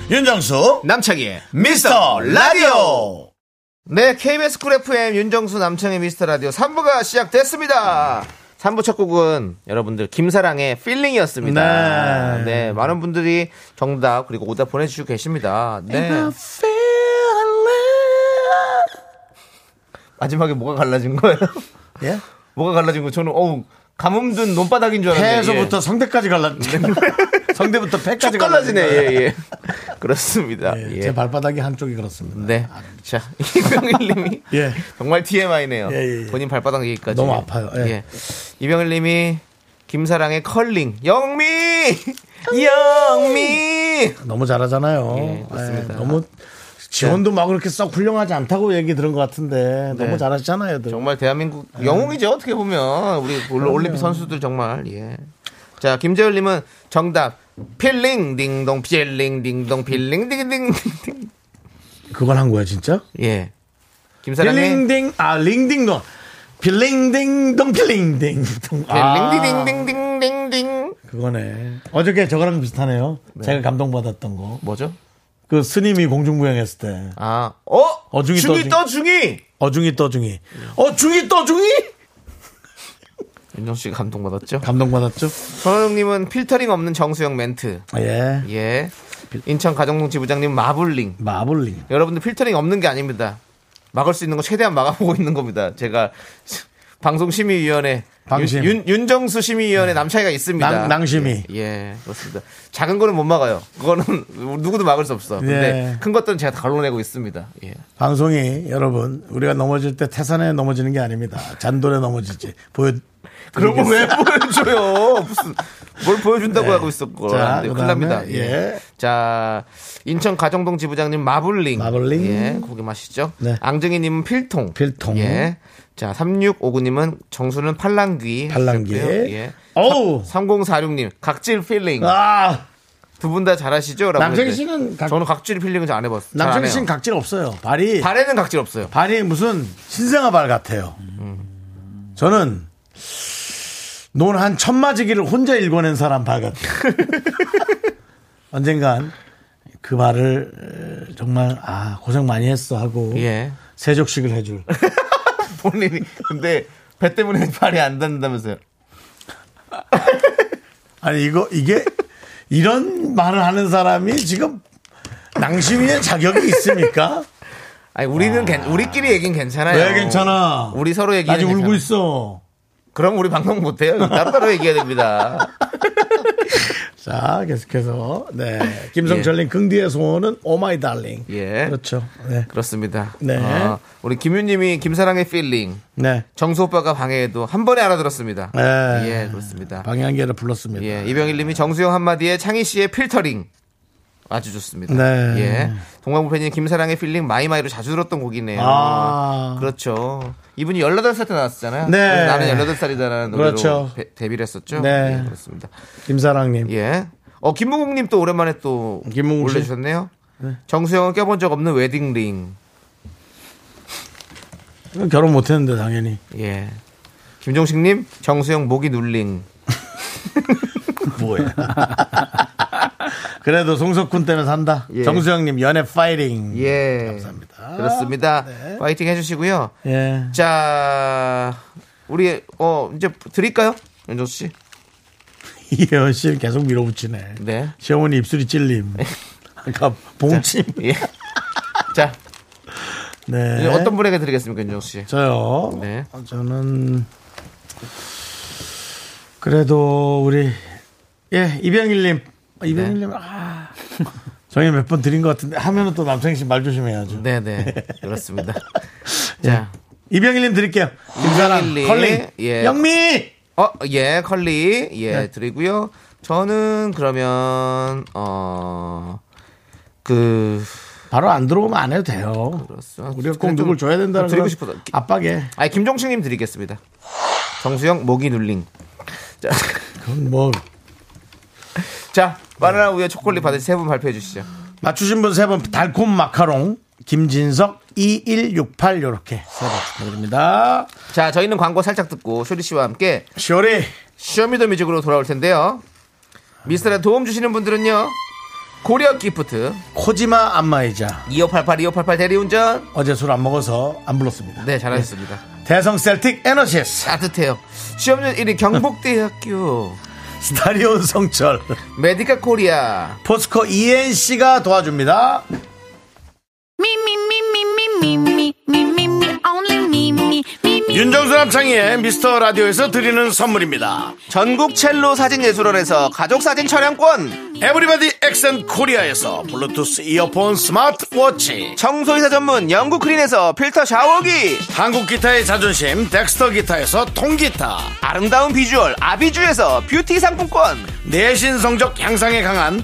윤정수 남창희의 미스터 라디오 네, KBS 쿨 FM 윤정수 남창희 미스터 라디오 3부가 시작됐습니다. 3부 첫 곡은 여러분들 김사랑의 필링이었습니다. 네. 네. 많은 분들이 정답 그리고 오답 보내주시고 계십니다. 네. 마지막에 뭐가 갈라진 거예요? 예? 뭐가 갈라진 거? 저는 어우 가뭄든 논바닥인 줄 알았는데. 폐에서부터 성대까지 갈라 성대부터 쭉 폐까지 갈라지네. 예, 예. 그렇습니다. 예, 예. 제 발바닥이 한쪽이 그렇습니다 아, 네. 자, 이병일님이 예. 정말 TMI네요. 예, 예, 예. 본인 발바닥 얘기까지. 너무 아파요. 예. 이병일님이 김사랑의 컬링 영미 영미. 너무 잘하잖아요 예, 그렇습니다. 예, 너무 지원도 막 그렇게 썩 훌륭하지 않다고 얘기 들은 것 같은데 너무 잘하시잖아요 늘. 정말 대한민국 예. 영웅이죠 어떻게 보면 우리 올- 올림픽 선수들 정말 예. 자 김재열님은 정답 필링 딩동 필링 딩동 필링 딩딩 딩. 그걸 한 거야 진짜? 예. 김사랑의 빌링딩 아 링딩동 빌링딩동 빌링딩동 아. 필링딩딩딩딩딩. 그거네. 어저께 저거랑 비슷하네요. 제가 감동받았던 거. 뭐죠? 그 스님이 공중부양했을 때. 아, 어? 어중이 중이 떠중이. 떠 중이. 어중이 떠중이. 어중이 떠중이? 윤정 씨 감동받았죠? 감동받았죠? 선호님은 필터링 없는 정수영 멘트. 예. 예. 인천 가정동 지부장님 마블링. 마블링. 여러분들 필터링 없는 게 아닙니다. 막을 수 있는 거 최대한 막아보고 있는 겁니다. 제가 방송심의위원회 방심. 네. 윤, 윤, 정수 심의위원회 남차이가 있습니다. 낭- 낭심이. 예, 예, 그렇습니다. 작은 거는 못 막아요. 그거는 누구도 막을 수 없어. 근데 예. 큰 것들은 제가 다 걸러내고 있습니다. 예. 방송이 여러분 우리가 넘어질 때 태산에 넘어지는 게 아닙니다. 잔돌에 넘어지지. 보여. 그런 걸 왜 보여줘요? 무슨 뭘 보여준다고 하고 있었고. 네. 자, 자, 큰일 그다음에, 납니다. 예. 예. 자, 인천 가정동 지부장님 마블링. 마블링. 예, 고기 맛있죠? 네. 앙증이님은 필통. 필통. 예. 자, 3659님은 정수는 팔랑귀. 팔랑귀. 하셨고요. 예. 어우. 3046님, 각질 필링. 아. 두 분 다 잘하시죠? 라고 남창희 그랬는데 씨는 각- 저는 각질 필링은 잘 안 해봤어요. 잘 안 남창희 해요. 씨는 각질 없어요. 발이 발에는 각질 없어요. 발이 무슨 신생아 발 같아요. 저는 논 한 천마지기를 혼자 읽어낸 사람 발 같아요. 언젠간 그 발을 정말 아 고생 많이 했어 하고 예. 세족식을 해줄 본인이 근데 배 때문에 발이 안 닿는다면서요. 아니 이거 이게 이런 말을 하는 사람이 지금 낭심이의 자격이 있습니까? 아니 우리는 괜- 우리끼리 얘긴 괜찮아요. 왜 네, 괜찮아? 네. 우리 서로 얘기. 나 지금 울고 있어. 그럼 우리 방송 못해요. 따로따로 얘기해야 됩니다. 자, 계속해서 네 김성철님 긍디의 소원은 오마이 달링. 예. 그렇죠. 네, 그렇습니다. 네. 어, 우리 김윤님이 김사랑의 필링. 네. 정수 오빠가 방해해도 한 번에 알아들었습니다. 네. 예, 그렇습니다. 방향계를 불렀습니다. 예, 이병일님이 정수영 한마디에 창희 씨의 필터링 아주 좋습니다. 네. 예, 동방불패님 김사랑의 필링 마이마이로 자주 들었던 곡이네요. 아. 그렇죠. 이분이 18살 때 나왔잖아요. 네. 그래서 나는 18살이다라는 노래로 그렇죠. 데- 데뷔를 했었죠. 네. 예, 그렇습니다. 김사랑님. 예. 어, 김무국님 또 오랜만에 또 김무국 씨. 올려주셨네요. 정수영은 껴본 적 없는 웨딩링. 결혼 못했는데 당연히 예. 김종식님 정수영 목이 눌링. 뭐야. 그래도 송석훈 때문에 산다. 예. 정수영님 연애 파이링. 예. 네, 감사합니다. 그렇습니다. 네. 파이팅 해주시고요. 예. 자, 우리 어 이제 드릴까요, 윤정수 씨? 이혜원 씨를 계속 밀어붙이네. 네. 시어머니 입술이 찔림. 아까 봉침. 예. 자, 네. 이제 어떤 분에게 드리겠습니까, 윤정수 씨? 저요. 네. 어, 저는 그래도 우리 예 이병일님 아, 이병일님 네. 아 저희 몇 번 드린 것 같은데 하면은 또 남창희 씨말 조심해야죠. 네, 네, 그렇습니다. 네. 자, 이병일님 드릴게요. 김사랑 이병일님, 컬링 예. 영미 어, 예, 컬리, 예, 네. 드리고요. 저는 그러면 어. 그 바로 안 들어오면 안 해도 돼요. 그렇소. 우리가 꼭 그래도 누굴 줘야 된다는 드리고 그런 싶어서. 압박에 아, 김종식님 드리겠습니다. 정수영 목이 눌링. 자, 그건 뭐 자 바나나 우유 초콜릿 받으실 세분 발표해 주시죠. 맞추신 분 세 분 달콤 마카롱 김진석 2168 요렇게 세번 축하드립니다. 자, 저희는 광고 살짝 듣고 쇼리 씨와 함께 쇼리 쇼미더뮤직으로 돌아올 텐데요. 미스터라 도움 주시는 분들은요. 고려 기프트, 코지마 안마이자 2588, 2588 대리운전. 어제 술 안 먹어서 안 불렀습니다. 네, 잘하셨습니다. 대성 셀틱 에너시스 따뜻해요. 취업률 1위 경북대학교, 스타리온 성철 메디카 코리아, 포스코 ENC가 도와줍니다. 윤정수 남창희의 미스터 라디오에서 드리는 선물입니다. 전국 첼로 사진예술원에서 가족사진 촬영권, 에브리바디 엑센 코리아에서 블루투스 이어폰 스마트워치 청소이사 전문 영국 크린에서 필터 샤워기, 한국 기타의 자존심 덱스터 기타에서 통기타 아름다운 비주얼 아비주에서 뷰티 상품권, 내신 성적 향상에 강한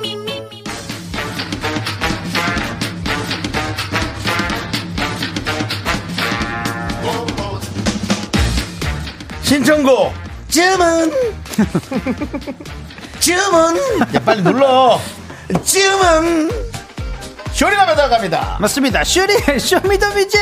신청곡 주문 주문 야 빨리 눌러 주문 쇼리가 배달 갑니다 맞습니다. 쇼리 쇼미더뮤직.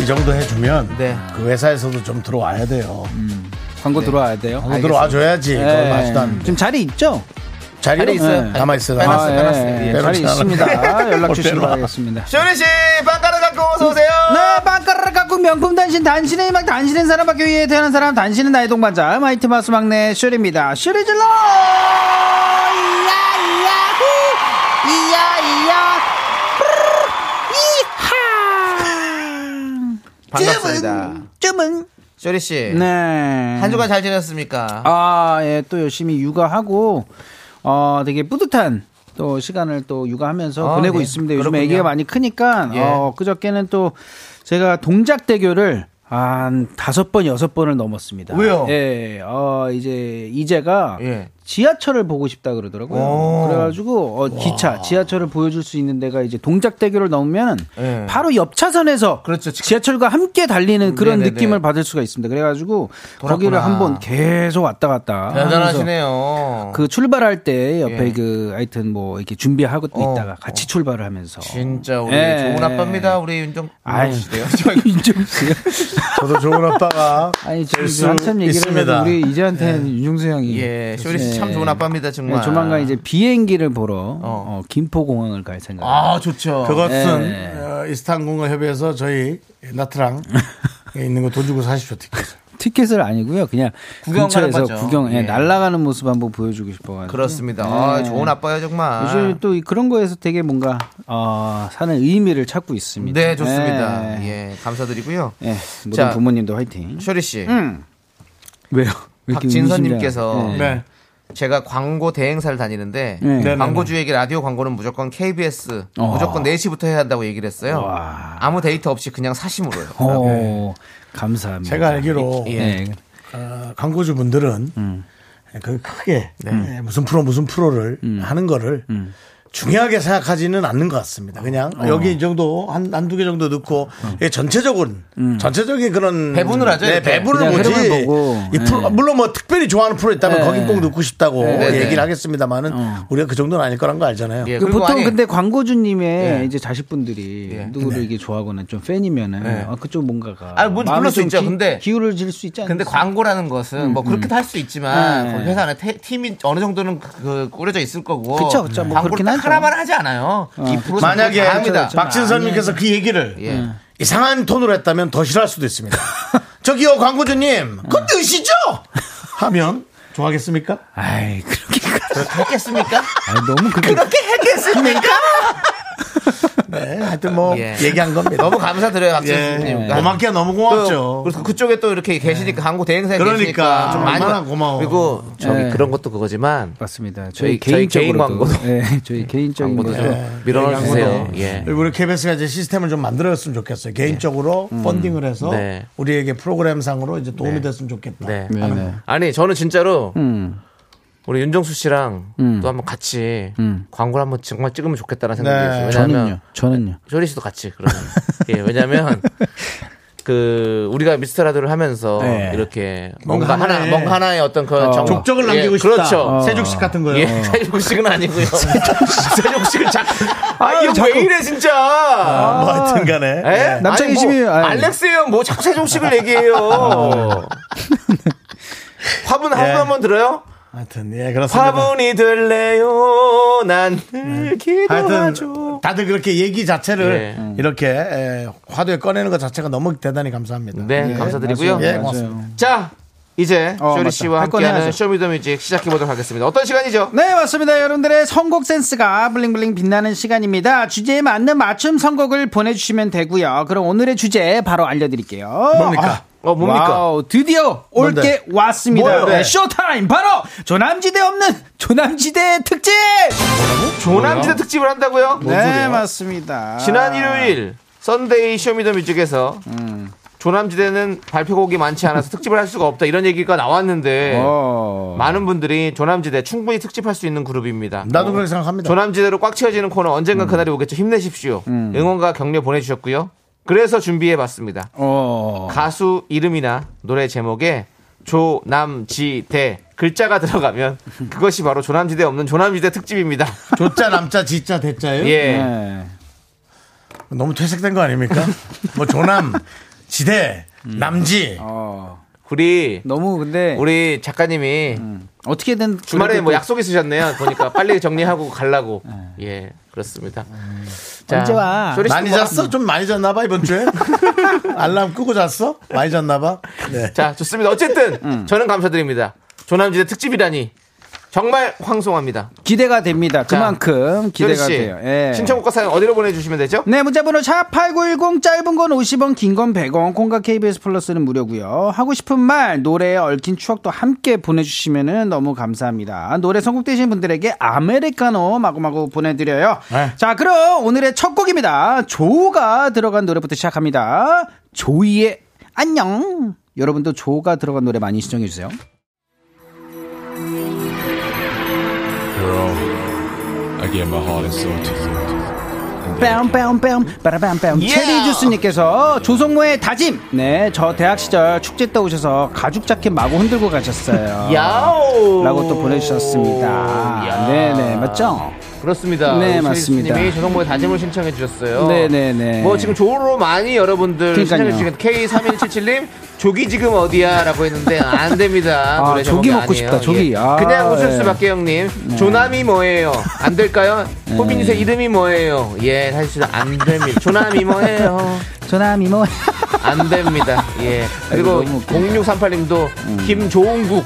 이 정도 해주면 네. 그 회사에서도 좀 들어와야 돼요 음, 네. 광고 들어와야 돼요. 한번 들어와줘야지 그걸 예. 마시도 않는데 지금 자리 있죠? 자리요? 자리 있어요. 네. 남아있어요 빼놨어요, 남아있어요. 빼놨어요. 예, 예. 빼놓지 자리 않았어요. 있습니다. 연락 주시면 빼놓아. 바라겠습니다. 쇼리씨, 빵가루 갖고 어서오세요! 네, 빵가루를 갖고 명품 단신, 단신의 희망, 단신은 사람밖에 위해 태어난 사람, 단신은 나의 동반자, 마이트 마스 막내 슈리입니다. 슈리 질러! 이야, 이야, 후! 이야, 이야, 뿌르르, 이하! 반갑습니다. 쯤은 쇼리 씨. 네. 한 주간 잘 지냈습니까? 아, 예, 또 열심히 육아하고, 어, 되게 뿌듯한 또 시간을 또 육아하면서 아, 보내고 네. 있습니다. 요즘 그렇군요. 에 애기가 많이 크니까, 예. 어, 그저께는 또 제가 동작대교를 한 다섯 번, 여섯 번을 넘었습니다. 왜요? 예, 어, 이제, 이제가 예. 지하철을 보고 싶다 그러더라고요. 오. 그래가지고, 어, 기차, 지하철을 보여줄 수 있는 데가 이제 동작대교를 넘으면 예. 바로 옆 차선에서 그렇죠. 지- 음, 지하철과 함께 달리는 그런 네네네. 느낌을 받을 수가 있습니다. 그래가지고 돌았구나. 거기를 한번 계속 왔다 갔다. 하면서 대단하시네요. 그 출발할 때 옆에 예. 그 하여튼 뭐 이렇게 준비하고 또 어. 있다가 같이 출발을 하면서. 진짜 우리 예. 좋은 아빠입니다. 우리 윤정 아유. 씨요. 윤종수. 저도 좋은 아빠가 아니 지금 수 한참 얘기를 해도 있습니다. 우리 이제한테는 윤종수 형이. 예, 쇼리 씨 참 예. 좋은 아빠입니다 정말. 네, 조만간 이제 비행기를 보러 어, 김포공항을 갈 생각. 아 좋죠. 그것은 네. 어, 이스탄공과 협의해서 저희 나트랑 있는 거 돈 주고 사십시오 티켓. 티켓을 아니고요, 그냥 구경 가는 근처에서 거죠. 구경, 예, 예. 날아가는 모습 한번 보여주고 싶어가지고. 그렇습니다. 네. 아, 좋은 아빠예요 정말. 요즘 또 이- 그런 거에서 되게 뭔가 어, 사는 의미를 찾고 있습니다. 네 좋습니다. 예. 예, 감사드리고요. 예, 모든 자. 부모님도 화이팅. 쇼리 씨, 음. 왜요? 왜 이렇게 박진선님께서 네. 의심이 안- 예. 제가 광고 대행사를 다니는데 네. 네네네. 광고주에게 라디오 광고는 무조건 KBS 무조건 4시부터 해야 한다고 얘기를 했어요. 와. 아무 데이터 없이 그냥 사심으로요. 오, 어, 감사합니다. 제가 알기로 예. 예. 어, 광고주분들은 그 크게 예, 무슨 프로 무슨 프로를 하는 거를 중요하게 생각하지는 않는 것 같습니다. 그냥 여기 이 정도 한 한 두 개 정도 넣고 예, 전체적인 전체적인 그런 배분을 하죠, 네, 이렇게. 배분을 그냥 보지. 흐름을 보고. 이 프로- 물론 뭐 특별히 좋아하는 프로 있다면 예. 거긴 꼭 넣고 싶다고 네, 네. 얘기를 하겠습니다만은 우리가 그 정도는 아닐 거란 거 알잖아요. 예, 그 그리고 보통 아니, 근데 광고주님의 예. 이제 자식분들이 예. 누구를 이게 좋아하거나 좀 팬이면은 예. 아, 그쪽 뭔가가 아, 뭔지 마음이 그럴 수 좀 있죠. 기- 근데- 기울을 질 수 있지 않나요? 근데 광고라는 것은 뭐 그렇게 도 할 수 있지만 음, 네. 거기 회사 안에 태- 팀이 어느 정도는 그- 그 꾸려져 있을 거고 그쵸, 그쵸. 뭐 광고를 그렇긴 딱 하죠. 어. 하나만 하지 않아요. 이 프로 만약에 다 합니다. 박진선님께서 그 얘기를 예. 음. 이상한 톤으로 했다면 더 싫어할 수도 있습니다. 저기요 광고주님, 그건 뜻이죠? 어. 하면 좋아하겠습니까? 아이 그렇게 그렇게 했겠습니까? 아, 너무 그렇게 그렇게 했겠습니까? 네, 하여튼 음. 뭐 예. 얘기한 겁니다. 너무 감사드려요, 박진수님. 예, 고맙기야 너무 고맙죠. 그래서 그쪽에 또 네. 이렇게 계시니까 광고 대행사에 그러니까, 계시니까 좀 많이 얼마나 고마워. 그리고 저기 예. 그런 것도 그거지만 맞습니다. 저희, 저희- 저희 개인 개인적으로도 광고도. 예, 저희 개인적인 광고도 거에서 좀 밀어넣어 주세요. 예. 그리고 우리 KBS가 이제 시스템을 좀 만들어줬으면 좋겠어요. 개인적으로 펀딩을 해서 네. 우리에게 프로그램상으로 이제 도움이 됐으면 좋겠다. 네. 네네. 아니 저는 진짜로 음. 우리 윤정수 씨랑 또 한번 같이 광고를 한번 정말 찍으면 좋겠다는 생각이 네. 들었어요. 저는요. 왜냐하면 저는요. 쇼리 씨도 같이 그러면 예, 왜냐하면 그 우리가 미스터 라디오를 하면서 네. 이렇게 뭔가 뭔가 하나 하나의- 뭔가 하나의 어떤 그 어. 정- 족적을 남기고 예, 싶다. 어. 그렇죠. 세족식 같은 거요. 예, 세종식은 아니고요. 세종식은 자, 아, 이거 자꾸- 왜 이래 진짜. 뭐 하여튼 간에. 예? 네. 남창희 아니, 뭐 씨는- 아니. 알렉스 형 뭐 자꾸 세종식을 얘기해요. 화분 화분 예. 한번 들어요? 하여튼, 예, 그렇습니다. 화분이 될래요? 난늘 기도하죠. 하여튼 다들 그렇게 얘기 자체를 예. 이렇게 에, 화두에 꺼내는 것 자체가 너무 대단히 감사합니다. 네, 감사드리고요. 예, 맞아요. 고맙습니다. 자, 이제 어, 쇼리 맞다. 씨와 할 거는 함께하는 해야죠. 쇼미더뮤직 시작해 보도록 하겠습니다. 어떤 시간이죠? 네, 맞습니다. 여러분들의 선곡 센스가 블링블링 빛나는 시간입니다. 주제에 맞는 맞춤 선곡을 보내주시면 되고요. 그럼 오늘의 주제 바로 알려드릴게요. 뭡니까? 어, 뭡니까? 와우, 드디어 올 게 뭔데? 왔습니다. 뭐예요? 네, 쇼타임 바로 조남지대 없는 조남지대 특집. 조남지대 특집을 한다고요? 네, 맞습니다. 아. 지난 일요일 썬데이 쇼미더뮤직에서 음. 조남지대는 발표곡이 많지 않아서 특집을 할 수가 없다 이런 얘기가 나왔는데 어. 많은 분들이 조남지대 충분히 특집할 수 있는 그룹입니다. 나도 그렇게 생각합니다. 조남지대로 꽉 채워지는 코너 음. 언젠가 그날이 오겠죠. 힘내십시오. 응원과 격려 보내주셨고요. 그래서 준비해봤습니다. 어. 가수 이름이나 노래 제목에 조남지대 글자가 들어가면 그것이 바로 조남지대 없는 조남지대 특집입니다. 조자 남자 지자 대자예요? 예. 네. 너무 퇴색된 거 아닙니까? 뭐 조남 지대 남지 어. 우리 너무 근데 우리 작가님이 어떻게든 주말에 그래도 네. 뭐 약속 있으셨네요. 보니까 빨리 정리하고 가려고. 예, 그렇습니다. 자, 음. 언제 와? 쇼리 씨도 많이 뭐- 잤어? 좀 많이 잤나 봐 이번 주에 알람 끄고 잤어? 많이 잤나 봐. 네. 음. 자, 좋습니다. 어쨌든 저는 감사드립니다. 조남지대 특집이라니 정말 황송합니다. 기대가 됩니다. 자, 그만큼 기대가 쇼리 씨, 돼요. 예. 신청곡과 사연 어디로 보내주시면 되죠? 네, 문자번호 샵8910 짧은 건 50원, 긴 건 100원, 콩과 KBS 플러스는 무료고요 하고 싶은 말, 노래에 얽힌 추억도 함께 보내주시면 너무 감사합니다. 노래 선곡되신 분들에게 아메리카노 마구마구 보내드려요. 네. 자, 그럼 오늘의 첫 곡입니다. 조가 들어간 노래부터 시작합니다. 조이의 안녕. 여러분도 조가 들어간 노래 많이 시청해주세요. 뺨, 뺨, 뺨, 빠라밤, 뺨. 체리주스님께서 조성모의 다짐! 네, 저 대학 시절 축제 때 오셔서 가죽 자켓 마구 흔들고 가셨어요. 야오! 음. 라고 또 보내주셨습니다. 야. 네네, 맞죠? 그렇습니다. 네, 우리 맞습니다. 님이 조성모의 다짐을 신청해 주셨어요. 네, 네, 네. 뭐 지금 조로 많이 여러분들 그러니까요. 신청해 주신 K3177님 조기 지금 어디야라고 했는데 안 됩니다. 아, 노래 제목이 조기 먹고 아니에요. 싶다, 조기. 예. 아, 그냥 예. 네. 웃을 수밖에 형님. 조남이 뭐예요? 안 될까요? 호빈이의 이름이 뭐예요? 예, 사실 안 됩니다. 조남이 뭐예요? 조남이 뭐. 안 됩니다. 예. 그리고 아이고, 너무 음. 웃긴다. 0638님도 김조은국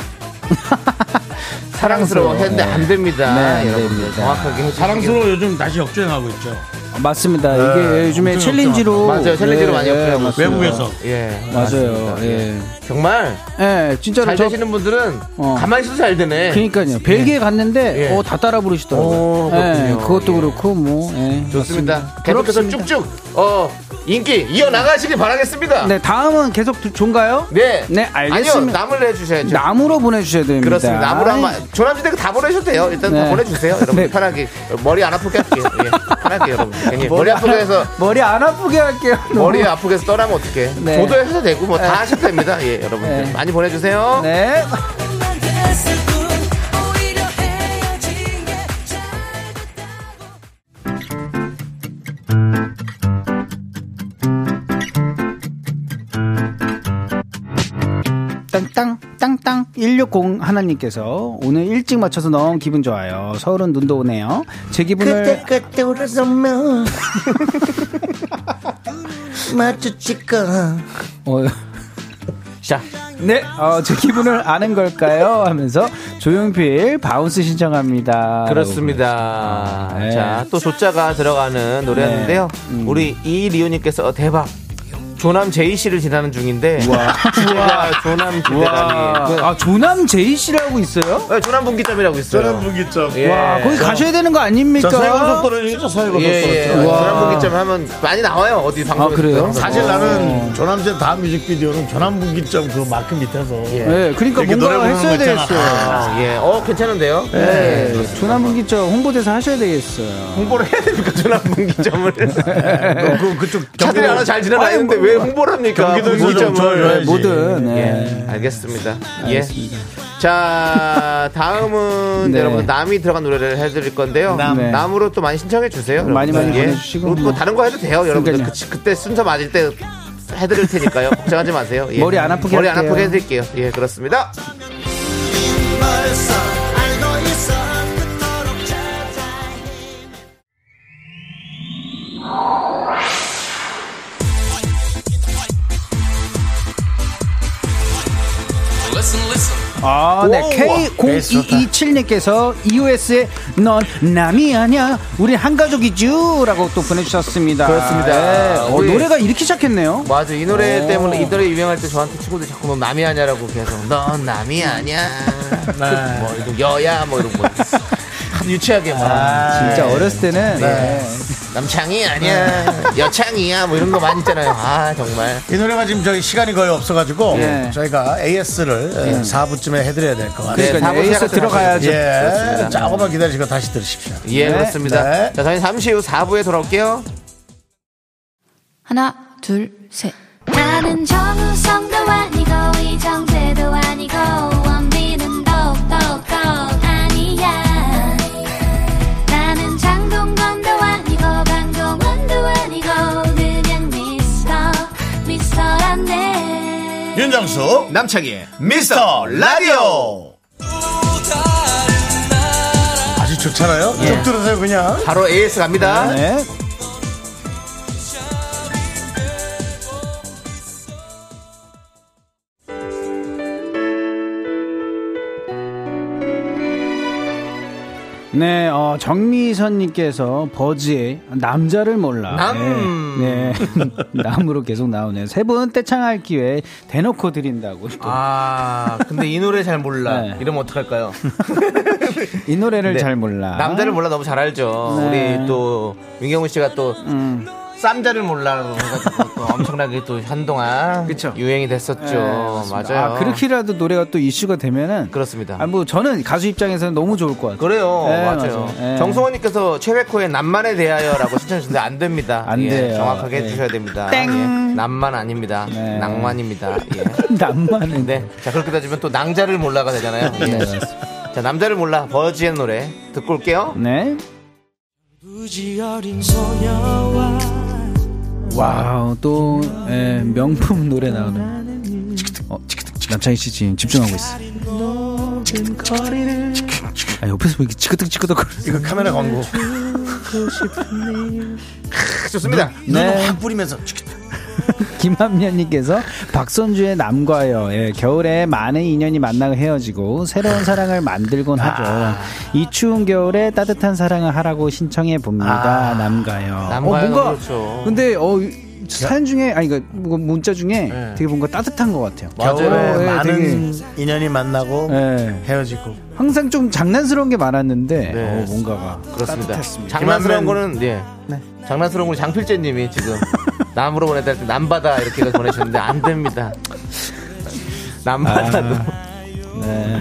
사랑스러워 했는데 안 됩니다. 네, 안 여러분들 됩니다. 정확하게 해주시기 사랑스러워 요즘 다시 역주행하고 있죠. 맞습니다. 이게 요즘에 엄청 챌린지로. 맞아요. 챌린지로 네. 많이 예, 엮여요. 맞습니다. 외국에서. 예. 맞아요. 맞습니다. 예. 정말 예, 진짜로 잘 저. 되시는 분들은 어. 그러니까. 가만히 있어도 잘 되네. 그니까요. 벨기에 갔는데, 예. 어, 다 따라 부르시더라고요. 오, 그렇군요. 예, 그것도 예. 그렇고, 뭐. 예, 좋습니다. 맞습니다. 계속해서 부럽습니다. 쭉쭉 어 인기 이어 나가시길 바라겠습니다. 네, 다음은 계속 두- 존가요? 네. 네, 알겠습니다. 아니요, 남을 해주셔야죠. 나무로 보내주셔야 됩니다. 그렇습니다. 남을 한번 조남지대 다 보내셔도 돼요. 일단 네. 다 보내주세요. 여러분 네. 편하게 머리 안 아프게 할게요. 예, 편하게 여러분. 괜히 머리 아프게 해서 머리 안 아프게 할게요. 머리 아프게 해서 떠나면 어떡해. 네. 보도해서 되고 뭐 다 하셔도 됩니다. 예, 여러분 네. 들 많이 보내주세요. 네. 땅땅 땅땅 160 하나님께서 오늘 일찍 맞춰서 너무 기분 좋아요. 서울은 눈도 오네요. 제 기분을 그때 울어서 뭐 마주치까 어, 자, 네, 어, 제 기분을 아는 걸까요? 하면서 조용필 바운스 신청합니다. 그렇습니다. 아, 네. 자, 또 조자가 들어가는 노래였는데요. 우리 이리오님께서 대박. 조남 제이 씨를 지나는 중인데. 우와, 조남 와, 기대라니. 아 조남 제이 씨라고 있어요? 네, 조남 분기점이라고 있어요. 저는 분기점. 예. 와, 거기 가셔야 되는 거 아닙니까? 자, 서해고속도로죠, 서해고속도로. 예, 예. 와. 조남 분기점 하면 많이 나와요. 어디 방송 그래요? 사실 나는 조남진 다음 뮤직비디오는 조남 분기점 그 마크 밑에서. 예, 그러니까 이렇게 노래 부르는 뭔가 했어야 거 있잖아. 되겠어요. 아, 예. 어, 괜찮은데요? 예, 예. 조남 분기점 홍보대사 하셔야 되겠어요. 홍보를 해야 됩니까? 조남 분기점을. 너 그, 그쪽 네. 차들이 하나 잘 지나가는데 왜 홍보를 합니까? 경기도 좀 분기점을. 줘야지. 뭐든 예. 예, 알겠습니다. 예. 자, 다음은 네. 여러분 남이 들어간 노래를 해드릴 건데요. 남. 남. 네. 으로또 많이 신청해 주세요. 여러분들. 많이 많이 예. 보내주시고 그리고 뭐. 다른 거 해도 돼요, 여러분들. 그러니까요. 그, 때 순서 맞을 때 해드릴 테니까요. 걱정하지 마세요. 예. 머리 안 아프게 머리 안 할게요. 아프게 해드릴게요. 예, 그렇습니다. 아, 네. K0227님께서 EOS의 넌 남이 아니야. 우리 한 가족이죠. 라고 또 보내주셨습니다. 그렇습니다. 예. 어, 우리- 노래가 이렇게 시작했네요. 뭐 맞아, 이 노래 때문에 이 노래 유명할 때 저한테 친구들이 자꾸 넌 남이 아니야라고 계속 넌 남이 아니야. 네. 뭐 이런 여야 뭐 이런 거. 유치하게 막. 아, 네. 진짜 어렸을 때는 남창이 네. 아니야 여창이야 뭐 이런 거 많이 있잖아요 아 정말 이 노래가 지금 저희 시간이 거의 없어가지고 예. 저희가 AS를 예. 4부쯤에 해드려야 될 것 같아요. 네, 그러니까 사부 에이스 시작하도록 들어가야죠. 예, 조금만 기다리시고 다시 들으십시오. 예 그렇습니다 네. 자 저희 잠시 후 4부에 돌아올게요 하나, 둘, 셋. 나는 정우성도 아니고 이정재도 아니고 원빈은 더욱더 아니야 나는 장동건도 아니고 강동원도 아니고 그냥 미스터 미스터란데 윤정수 남창희 미스터 라디오 아주 좋잖아요. 쭉 들으세요 그냥. 바로 AS 갑니다 네. 네, 어, 정미선님께서 버즈의 남자를 몰라. 남. 네, 네. 남으로 계속 나오네요. 세 분 떼창할 기회 대놓고 드린다고. 또. 아, 근데 이 노래 잘 몰라. 네. 이러면 어떡할까요? 이 노래를 네. 잘 몰라. 남자를 몰라 너무 잘 알죠. 네. 우리 또 윤경훈 씨가 또 음. 쌈자를 몰라 해가지고 또 엄청나게 또 한동안 그쵸. 유행이 됐었죠. 맞아요. 아, 그렇게라도 노래가 또 이슈가 되면은 그렇습니다. 아, 뭐 저는 가수 입장에서는 너무 좋을 것 같아요. 그래요. 네, 맞아요. 맞아요. 네. 정승원님께서 최백호의 남만에 대하여라고 신청하셨는데 안 됩니다. 안 예, 돼요. 정확하게 네. 해주셔야 됩니다. 땡. 예, 남만 아닙니다. 낭만입니다. 예. 남만은 네. 자, 그렇게 따지면 또 낭자를 몰라가 되잖아요. 예. 네, 자, 남자를 몰라. 버즈의 노래 듣고 올게요. 네. 와우 또 예, 명품 노래 나오네. 어, 남창희 씨 지금 집중하고 있어. 아, 옆에서 왜 이렇게 치그덕 치그덕 이거 카메라 광고. 좋습니다. 네. 확 뿌리면서. 김합년님께서 박선주의 남과여 예, 겨울에 많은 인연이 만나고 헤어지고 아. 새로운 사랑을 만들곤 하죠 이 추운 겨울에 따뜻한 사랑을 하라고 신청해 봅니다 남과여 아. 남과요, 어, 뭔가 그렇죠. 근데 어 이- 사연 중에 아니 그니까 문자 중에 네. 되게 뭔가 따뜻한 것 같아요 겨울에 어, 예, 많은 인연이 만나고 네. 예. 헤어지고. 항상 좀 장난스러운 게 많았는데 어, 뭔가가 네. 그렇습니다. 따뜻했습니다. 장난스러운 김한면- 거는 예. 장난스러운 거는 장필재님이 지금 남으로 보내다 할때 남바다 이렇게 보내셨는데 안 됩니다. 남바다도 아, 네.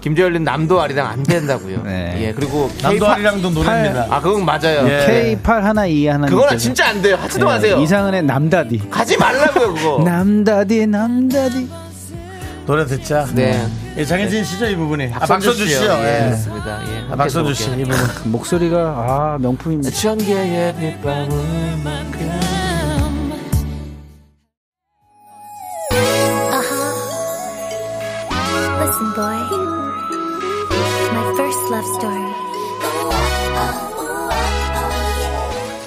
김재열님 남도 아리랑 안 된다고요. 네. 예 그리고 K-pop- 남도아리랑도 예. 노래입니다. 아 그건 맞아요. K 8 하나 2 하나 그거는 진짜 안 돼요. 예, 하지도 마세요. 이상은의 남다디 가지 말라고요 그거. 네. 남다디 남다디 노래 듣자. 네. 예, 장혜진 씨죠 이 부분이. 아, 박선주 박선주 씨요. 씨요. 예, 예. 그렇습니다. 예, 아, 함께 박선주 씨 들어볼게요. 이 부분. 목소리가 아 명품입니다 전개의 빗방울 Listen, boy. My first love story.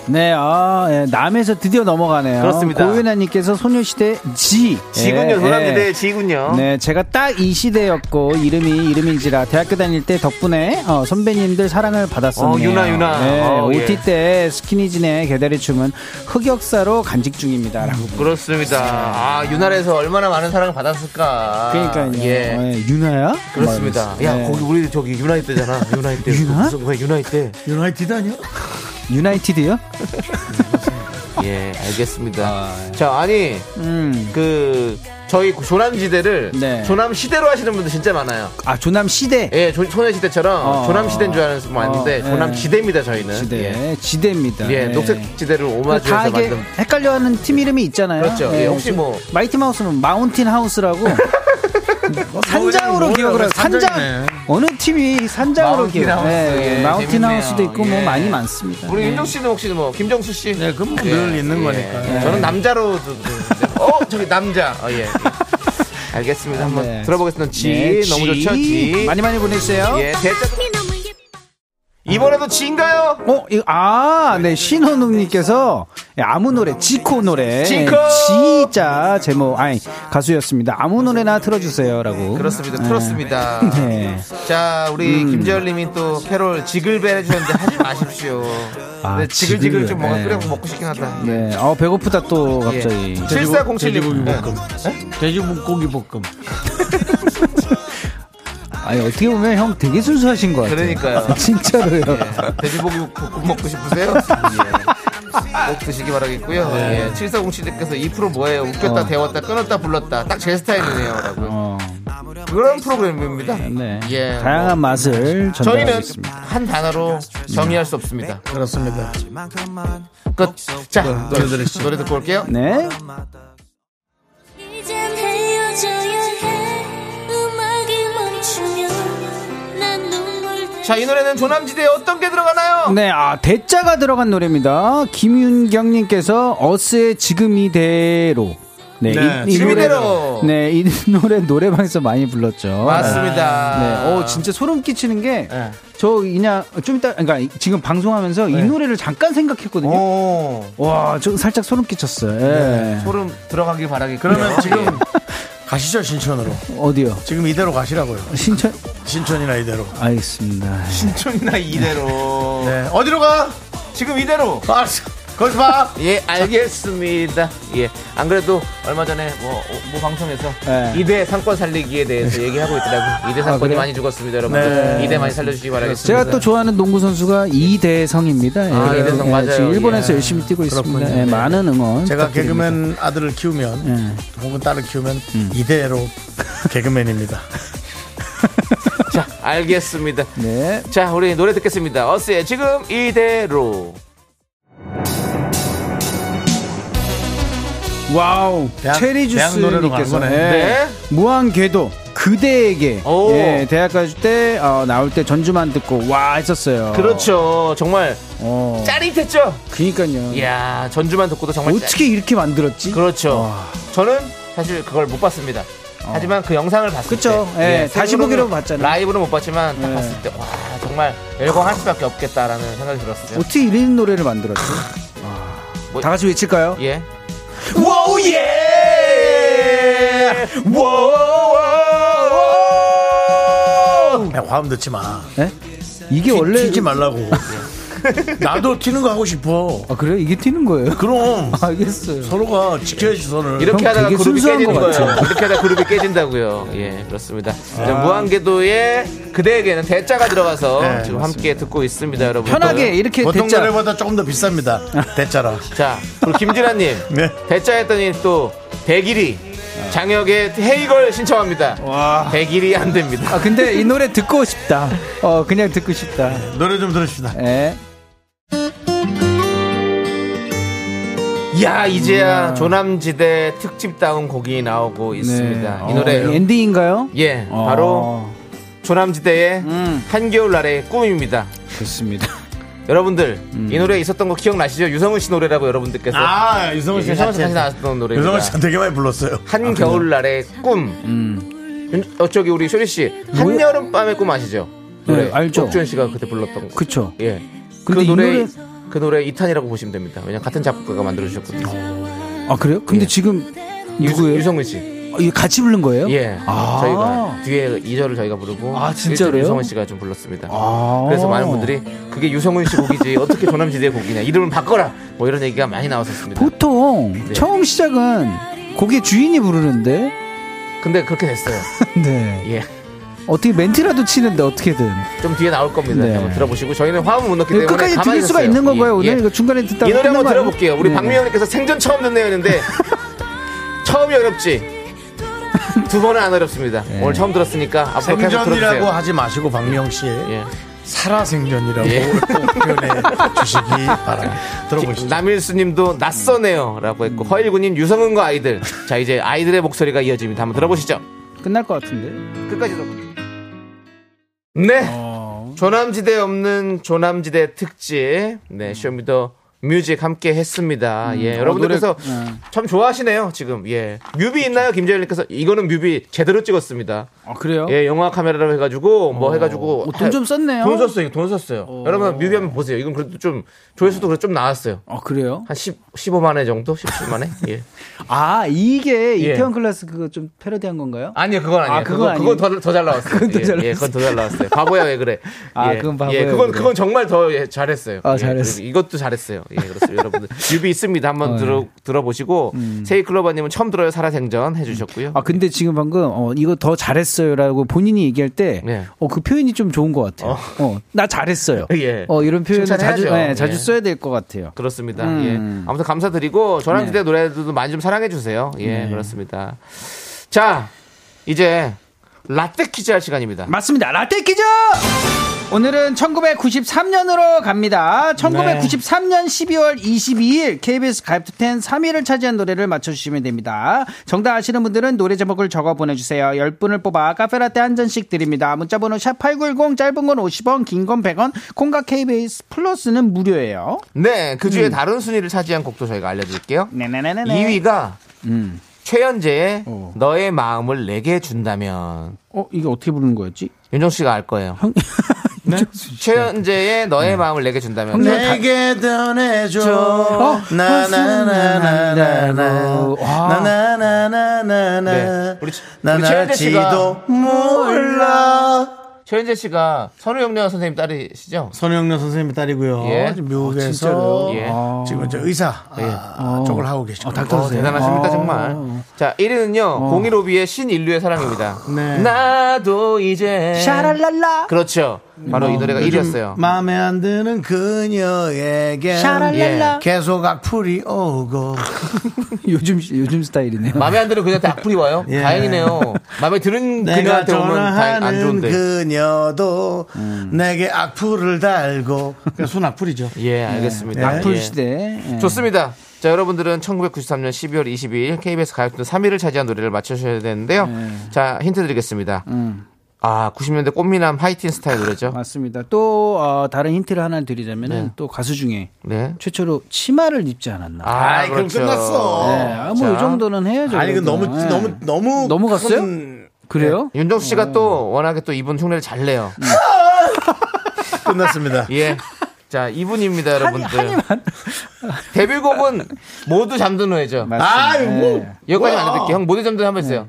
네, 아, 예, 남에서 드디어 넘어가네요. 그렇습니다. 고윤아님께서 소녀시대 G. 지군요 예, 소남지대 예. 지군요. 네, 제가 딱 이 시대였고 이름이 이름인지라 대학교 다닐 때 덕분에 어, 선배님들 사랑을 받았었네요. 어, 유나, 유나. 네, 어, OT 예. 때 스키니진의 개다리 춤은 흑역사로 간직 중입니다라고. 그렇습니다. 아, 유나라에서 얼마나 많은 사랑을 받았을까. 그러니까요. 예. 어, 예, 유나야? 그렇습니다. 막 야, 이러면서. 네. 거기 우리 저기 유나 이때잖아. 유나 이때. 유나? 무슨 거야, 유나 이때. 유나이티드 아니요? 유나이티드요? 예, 알겠습니다. 예. 자, 아니, 음. 그, 저희 조남지대를 네. 조남시대로 하시는 분들 진짜 많아요. 아, 조남 시대. 예, 조, 소녀시대처럼 어. 조남시대인 줄 아는 분 많은데 어, 예. 조남지대입니다, 저희는. 예. 지대. 지대입니다. 예, 네. 녹색지대를 다 오마주해서 이게 네. 만든. 헷갈려하는 팀 이름이 있잖아요. 그렇죠. 예, 혹시 뭐- 마이티 마우스는 마운틴 하우스라고 산장으로 뭐야, 기억을 해요. 산장 산장이네. 어느 팀이 산장으로 마운틴 기억. 하우스. 예, 예, 마운틴 재밌네요. 하우스도 있고 뭐 예. 많이 많습니다. 우리 예. 윤정 씨는 혹시 뭐, 김정수 씨? 예. 네, 그건 뭐늘 있는 거니까. 네. 저는 남자로. 도- 도- 어, 저기 남자. 어, 예. 예. 알겠습니다. 한번 네. 들어보겠습니다. 지. 네, 너무 지. 좋죠? 지. 많이 많이 보내주세요. 예, 대자. 이번에도 지인가요? 어, 이거, 아, 네, 신호농님께서 예, 아무 노래, 지코 노래. 지코! 자 제목, 아니, 가수였습니다. 아무 노래나 틀어주세요. 라고. 그렇습니다. 예. 틀었습니다. 네. 음. 자, 우리 김재열 님이 또 캐롤 지글벨 해주셨는데 하지 마십시오. 아, 네, 지글지글 좀 지글. 뭔가 네. 끓여 먹고 싶긴 하다. 예. 네, 어, 배고프다 또, 갑자기. 7407님. 네, 돼지고기 볶음. 아니 어떻게 보면 형 되게 순수하신 것 같아요. 그러니까요. 예. 진짜로요. 네. 돼지고기 볶음 먹고 싶으세요? 예. 꼭 드시기 바라겠고요. 예. 7407님께서 이 프로 뭐예요? 웃겼다, 네. 어. 데웠다, 끊었다, 불렀다. 딱 제 스타일이네요. 라고. 어, 그런 프로그램입니다. 네. 예. 다양한 맛을 전달하고 저희는 있습니다. 한 단어로 정의할 수 없습니다. 그렇습니다. 끝. 자, 노래, 노래 듣고 올게요. 네. 이젠 헤어져야 해 음악이 멈추면 난 눈물 자, 이 노래는 조남지대에 어떤 게 들어가나요? 네, 아, 대자가 들어간 노래입니다. 김윤경님께서 어스의 지금 이대로. 네, 네, 지금 노래- 이대로. 네, 이 노래 노래방에서 많이 불렀죠. 맞습니다. 네. 네, 어, 진짜 소름 끼치는 게, 저 그냥 좀 이따, 그러니까 지금 방송하면서 이 노래를 잠깐 생각했거든요. 오, 와, 저 살짝 소름 끼쳤어요. 예. 소름 들어가길 바라기. 그러면 지금 가시죠 신촌으로. 네. 어디요? 지금 이대로 가시라고요. 신천 신촌이나 이대로. 알겠습니다. 신촌이나 이대로. 네. 어디로 가? 지금 이대로. 아, 거기서 봐. 예, 알겠습니다. 예. 안 그래도 얼마 전에 뭐, 어, 뭐 방송에서 네. 아, 이대 상권 살리기에 대해서 얘기하고 있더라고요. 이대 상권이 많이 죽었습니다, 여러분. 이대 많이 살려주시기 바라겠습니다. 네. 네. 제가 또 좋아하는 농구 선수가 이대성입니다. 예, 아, 예, 이대성 예, 맞아요. 지금 일본에서 예. 열심히 뛰고 그렇군요. 있습니다. 예, 네. 많은 응원. 제가 부탁드립니다. 개그맨 아들을 키우면 예. 혹은 딸을 키우면 이대로 개그맨입니다. 자, 알겠습니다. 네. 자, 우리 노래 듣겠습니다. 어스의 지금 이대로. 와우. 대학- 체리 대학 노래로 간 주스님께서 거네. 네. 무한 궤도 그대에게 오. 예, 대학 가실 때 어, 나올 때 전주만 듣고 와 했었어요. 그렇죠. 정말 어, 짜릿했죠? 예. 그니까요. 이야, 전주만 듣고도 정말 짜릿. 어떻게 이렇게 만들었지? 그렇죠. 저는 사실 그걸 못 봤습니다. 하지만 그 영상을 봤을 어. 그쵸. 때 예, 다시 생으로는 보기로 봤잖아요. 라이브는 못 봤지만 딱 예. 봤을 때 와, 정말 열광할 수밖에 없겠다라는 생각이 들었어요. 어떻게 이런 노래를 만들었지? 아. 뭐- 다 같이 외칠까요? 예. 예! 야, 화음 듣지 마. 예? 튀, 이게 원래 튀지 말라고. 나도 튀는 거 하고 싶어. 아 그래요? 이게 튀는 거예요? 그럼 알겠어요. 서로가 지켜야지 선을. 이렇게 형 하다가 되게 그룹이 순수한 깨지는 것 거예요. 같아요. 아. 이렇게 하다가 그룹이 깨진다고요. 예, 그렇습니다. 자, 무한궤도의 그대에게는 대자가 들어가서 네, 지금 함께 듣고 있습니다, 여러분. 편하게 이렇게 보통 됐자 노래보다 조금 더 비쌉니다. 대짜라. 자, 그리고 김진아님. 네. 대자 했더니 또, 백일이. 장혁의 헤이걸 신청합니다. 백일이 안 됩니다. 아 근데 이 노래 듣고 싶다. 어 그냥 듣고 싶다. 노래 좀 들읍시다. 예. 음. 야, 이제야 조남지대 특집다운 곡이 나오고 있습니다. 이 노래. 네. 어, 엔딩인가요? 예, 어, 바로 조남지대의 음. 한겨울날의 꿈입니다. 좋습니다. 음. 여러분들, 이 노래 있었던 거 기억나시죠? 유성훈 씨 노래라고 여러분들께서. 아, 유성훈 씨. 유성훈 씨 같이 나왔던 노래. 유성훈 씨 되게 많이 불렀어요. 아, 한겨울날의 꿈. 윤- 어, 저기 우리 쇼리 씨. 한여름밤의 꿈 아시죠? 노래. 음. 네, 알죠. 준 씨가 그때 불렀던 거. 그쵸. 예. 그 근데 이 노래, 노래- 그 노래 2탄이라고 보시면 됩니다. 왜냐 면 같은 작곡가가 만들어 주셨거든요. 아 그래요? 근데 예. 지금 유, 누구예요? 유성훈 씨. 어, 이거 같이 부른 거예요? 예. 아. 저희가 뒤에 2절을 저희가 부르고 아, 일절을 진짜로요? 유성훈 씨가 좀 불렀습니다. 아. 그래서 많은 분들이 그게 유성훈 씨 곡이지 어떻게 조남지대 곡이냐 이름을 바꿔라 뭐 이런 얘기가 많이 나왔었습니다. 보통 네. 처음 시작은 곡의 주인이 부르는데 근데 그렇게 됐어요. 네. 예. 어떻게 멘트라도 치는데 어떻게든 좀 뒤에 나올 겁니다. 네. 한번 들어보시고 저희는 화음 못 넣기 때문에 끝까지 가만히 들을 수가 있었어요. 있는 건 거예요. 예, 오늘 예. 이거 중간에 듣다 이 노래 끝나는 한번 거 아니에요? 들어볼게요. 우리 네. 박미영님께서 생전 처음 듣는 내용인데 처음이 어렵지 두 번은 안 어렵습니다. 네. 오늘 처음 들었으니까 앞으로 계속 생전이라고 들어주세요. 하지 마시고 박미영 씨 예. 살아생전이라고 예. 꼭 표현해 주시기 바랍니다. 들어보시죠. 남일수님도 낯서네요라고 음. 했고 허일구님 유성은과 아이들 자 이제 아이들의 목소리가 이어집니다. 한번 들어보시죠. 끝날 것 같은데. 끝까지 들어. 네. 아, 조남지대 없는 조남지대 특집 네 쇼미더 뮤직 함께 했습니다. 예 여러분들께서 음, 어, 노래, 네. 참 좋아하시네요 지금 예 뮤비 있나요 김재현님께서 이거는 뮤비 제대로 찍었습니다. 아 그래요? 어. 예 영화 카메라로 해가지고 뭐 해가지고 돈 좀 썼네요. 돈 썼어요 돈 썼어요. 여러분 뮤비 한번 보세요. 이건 그래도 좀 조회수도 그래도 좀 나왔어요. 아 그래요? 한 10, 15만 회 정도 17만 회. 예. 아 이게 예. 이태원 클래스 그거 좀 패러디한 건가요? 아니요, 그건 아니에요. 아, 그건 그건 그건 더잘 나왔어요. 그건 더잘 예, 예, 그건 더 잘 나왔어요. 바보야 왜 그래? 아, 예, 그건 바보야 예, 왜 그건 그래. 그건 정말 더 예, 잘했어요. 아, 예, 잘했어. 예. 그리고 이것도 잘했어요. 예, 그렇습니다. 여러분들 뮤비 있습니다. 한번 들어 들어보시고 세이클로바님은 처음 들어요 살아생전 해주셨고요. 음. 아 근데 지금 방금 어, 이거 더 잘했어요라고 본인이 얘기할 때 어 그 네. 표현이 좀 좋은 것 같아요. 어나 잘했어요. 예. 어 이런 표현을 칭찬해야죠. 자주 네, 예. 자주 써야 될 것 같아요. 그렇습니다. 음. 네. 예. 아무튼 감사드리고 조남지대 노래들도 많이 좀 사랑해 주세요. 예, 그렇습니다. 자, 이제 라떼 퀴즈 할 시간입니다. 맞습니다. 라떼 퀴즈! 오늘은 1993년으로 갑니다. 1993년 12월 22일 KBS 가입투텐 3위를 차지한 노래를 맞춰주시면 됩니다. 정답 아시는 분들은 노래 제목을 적어 보내주세요. 10분을 뽑아 카페라떼 한 잔씩 드립니다. 문자번호 샵8910 짧은 건 50원 긴 건 100원 콩과 KBS 플러스는 무료예요. 네, 그 음. 주에 다른 순위를 차지한 곡도 저희가 알려드릴게요. 네네네네. 2위가 음. 최현재의 어. 너의 마음을 내게 준다면 어 이게 어떻게 부르는 거였지? 윤정 씨가 알 거예요. 형 네? 최현재의 너의 네. 마음을 내게 준다면 네. 내게 어? 전해줘 나나나나나나 와. 네. 나나나나나나 우리 최- 우리 최현재 씨가- 나나지도 몰라 최현재 씨가 선우영래 선생님 딸이시죠? 선우영래 선생님의 딸이고요. 예. 지금 미국에서 진짜로요? 예. 지금 저 의사 아, 쪽을 하고 계시고. 어, 아. 대단하십니다 정말. 자 1위는요 공일오비의 신 인류의 사랑입니다. 어. 네. 나도 이제 샤랄랄라. 그렇죠. 바로 이 음. 노래가 1위였어요. 마음에 안 드는 그녀에게 예. 샤랄랄라. 계속 악플이 오고 요즘 요즘 스타일이네요. 마음에 안 드는 그녀한테 악플이 와요. 예. 다행이네요. 마음에 드는 내가 그녀한테 오면 다행, 안 전화하는 좋은데. 그녀도 내게 악플을 달고 음. 그냥 순 악플이죠. 예 알겠습니다. 예. 예. 풀 시대. 예. 좋습니다. 자, 여러분들은 1993년 12월 22일 KBS 가요톱 3위를 차지한 노래를 맞춰주셔야 되는데요. 네. 자, 힌트 드리겠습니다. 음. 아, 90년대 꽃미남 하이틴 스타일 노래죠. 맞습니다. 또 어, 다른 힌트를 하나 드리자면은 네. 또 가수 중에 네. 그렇죠. 최초로 치마를 입지 않았나. 아이, 그럼 끝났어. 네, 아, 뭐이 자. 정도는 해야죠. 아니 그 그래도. 너무 예. 너무 너무 네. 너무 갔어요? 큰- 그래요? 윤정수 네. 씨가 또 워낙에 또 이분 흉내를 잘 내요. 음. 끝났습니다. 예. 자, 이분입니다, 여러분들. 데뷔곡은 모두 잠든 후에죠. 아, 이거 뭐 여기까지 안 해드릴게요. 형, 모두 잠든 한번 어, 해주세요.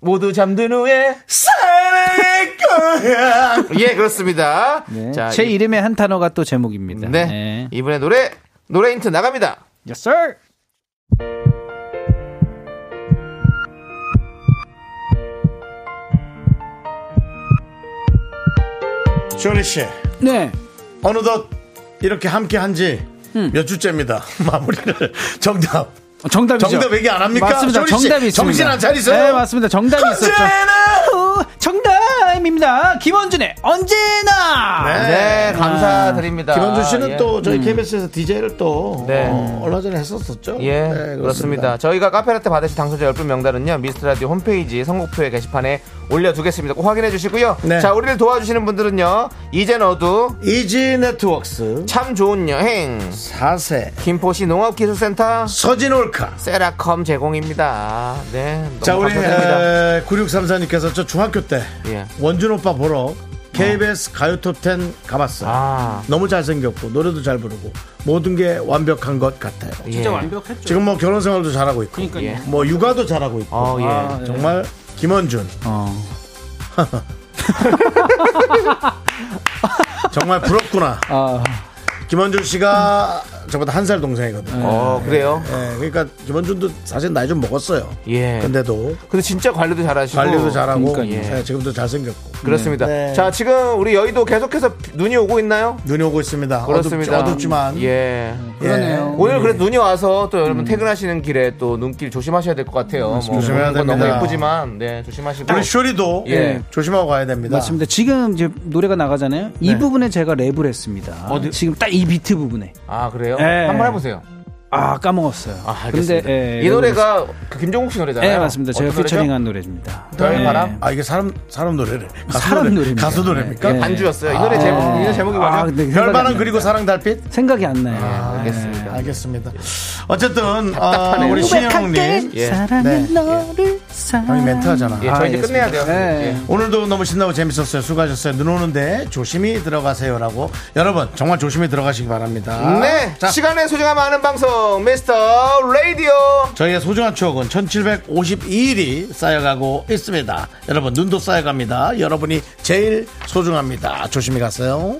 모두 잠든 후에. 사랑의 거야. 예, 그렇습니다. 네. 자, 제 이- 이름의 한 단어가 또 제목입니다. 네. 이분의 노래, 노래 힌트 나갑니다. Yes, sir. 쇼리 씨, 네. 어느덧 이렇게 함께 한지 몇 주째입니다. 마무리를 정답. 어, 정답이죠. 정답 얘기 안 합니까? 맞습니다. 조리 씨, 정답이 있습니다. 정신 안 차리세요? 네, 맞습니다. 정답이 있었죠. 오, 정답입니다. 김원준의 언제나. 네, 감사드립니다. 김원준 씨는 예. 또 저희 KBS에서 DJ를 또 네. 어, 얼마 전에 했었었죠. 예, 네, 그렇습니다. 저희가 카페라떼 받으신 당첨자 10분 명단은요, 미스트라디오 홈페이지 선곡표의 게시판에 올려두겠습니다. 꼭 확인해 주시고요. 네. 자, 우리를 도와주시는 분들은요, 이젠 어두, 이지 네트웍스 참 좋은 여행, 4세 김포시 농업기술센터, 서진 올카. 세라컴 제공입니다. 네, 너무 자, 우리 감사드립니다. 9634님께서 저 중학교 때 예. 어. 원준 오빠 보러 KBS 가요 톱10 가봤어요. 아. 너무 잘생겼고 노래도 잘 부르고 모든 게 완벽한 것 같아요. 진짜 완벽했죠. 지금 뭐 결혼 생활도 잘하고 있고 예. 뭐 육아도 잘하고 있고 어, 예. 정말 김원준 정말 부럽구나. 아, 김원준 씨가 저보다 한 살 동생이거든요. 어, 그래요? 예, 그러니까 김원준도 사실 나이 좀 먹었어요. 예. 근데, 근데도 진짜 관리도 잘하시고. 관리도 잘하고 그러니까요. 예, 지금도 잘생겼고 그렇습니다. 네. 자, 지금 우리 여의도 계속해서 눈이 오고 있나요? 눈이 오고 있습니다. 그렇습니다. 어둡, 지만 예. 음, 그러네요. 음. 오늘 그래도 눈이 와서 또 여러분 퇴근하시는 길에 또 눈길 조심하셔야 될 것 같아요. 뭐 조심해야 보는 건 됩니다. 너무 예쁘지만 네 조심하시고. 우리 쇼리도 예. 조심하고 가야 됩니다. 맞습니다. 지금 이제 노래가 나가잖아요. 이 부분에 제가 랩을 했습니다. 지금 딱 이 비트 부분에. 아 그래요? 네. 예. 한번 해보세요. 아, 까먹었어요. 아 알겠습니다. 근데, 예, 이 노래가 그 김종국 씨 노래잖아요. 네, 맞습니다. 제가 어떤 노래죠? 피처링한 노래입니다. 별의 예. 바람? 아 이게 사람 사람 노래래. 가수 사람 노래- 노래입니다. 가수 노래입니까? 예. 네. 반주였어요. 이 아. 노래 제목 이 노래 제목이 뭐죠? 아, 근데 생각이 안 별바람 나요. 그리고 사랑 달빛. 생각이 안 나요. 예. 알겠습니다. 알겠습니다. 어쨌든 아, 우리 신영님 고백할게 예. 사랑해 네. 너를 형이 사랑. 멘트하잖아. 예, 저희 이제 끝내야 돼요. 네. 예. 오늘도 너무 신나고 재밌었어요. 수고하셨어요. 눈 오는데 조심히 들어가세요라고 여러분 정말 조심히 들어가시기 바랍니다. 네, 아, 자, 시간의 소중함 아는 방송 미스터 라디오. 저희의 소중한 추억은 1752일이 쌓여가고 있습니다. 여러분 눈도 쌓여갑니다. 여러분이 제일 소중합니다. 조심히 가세요.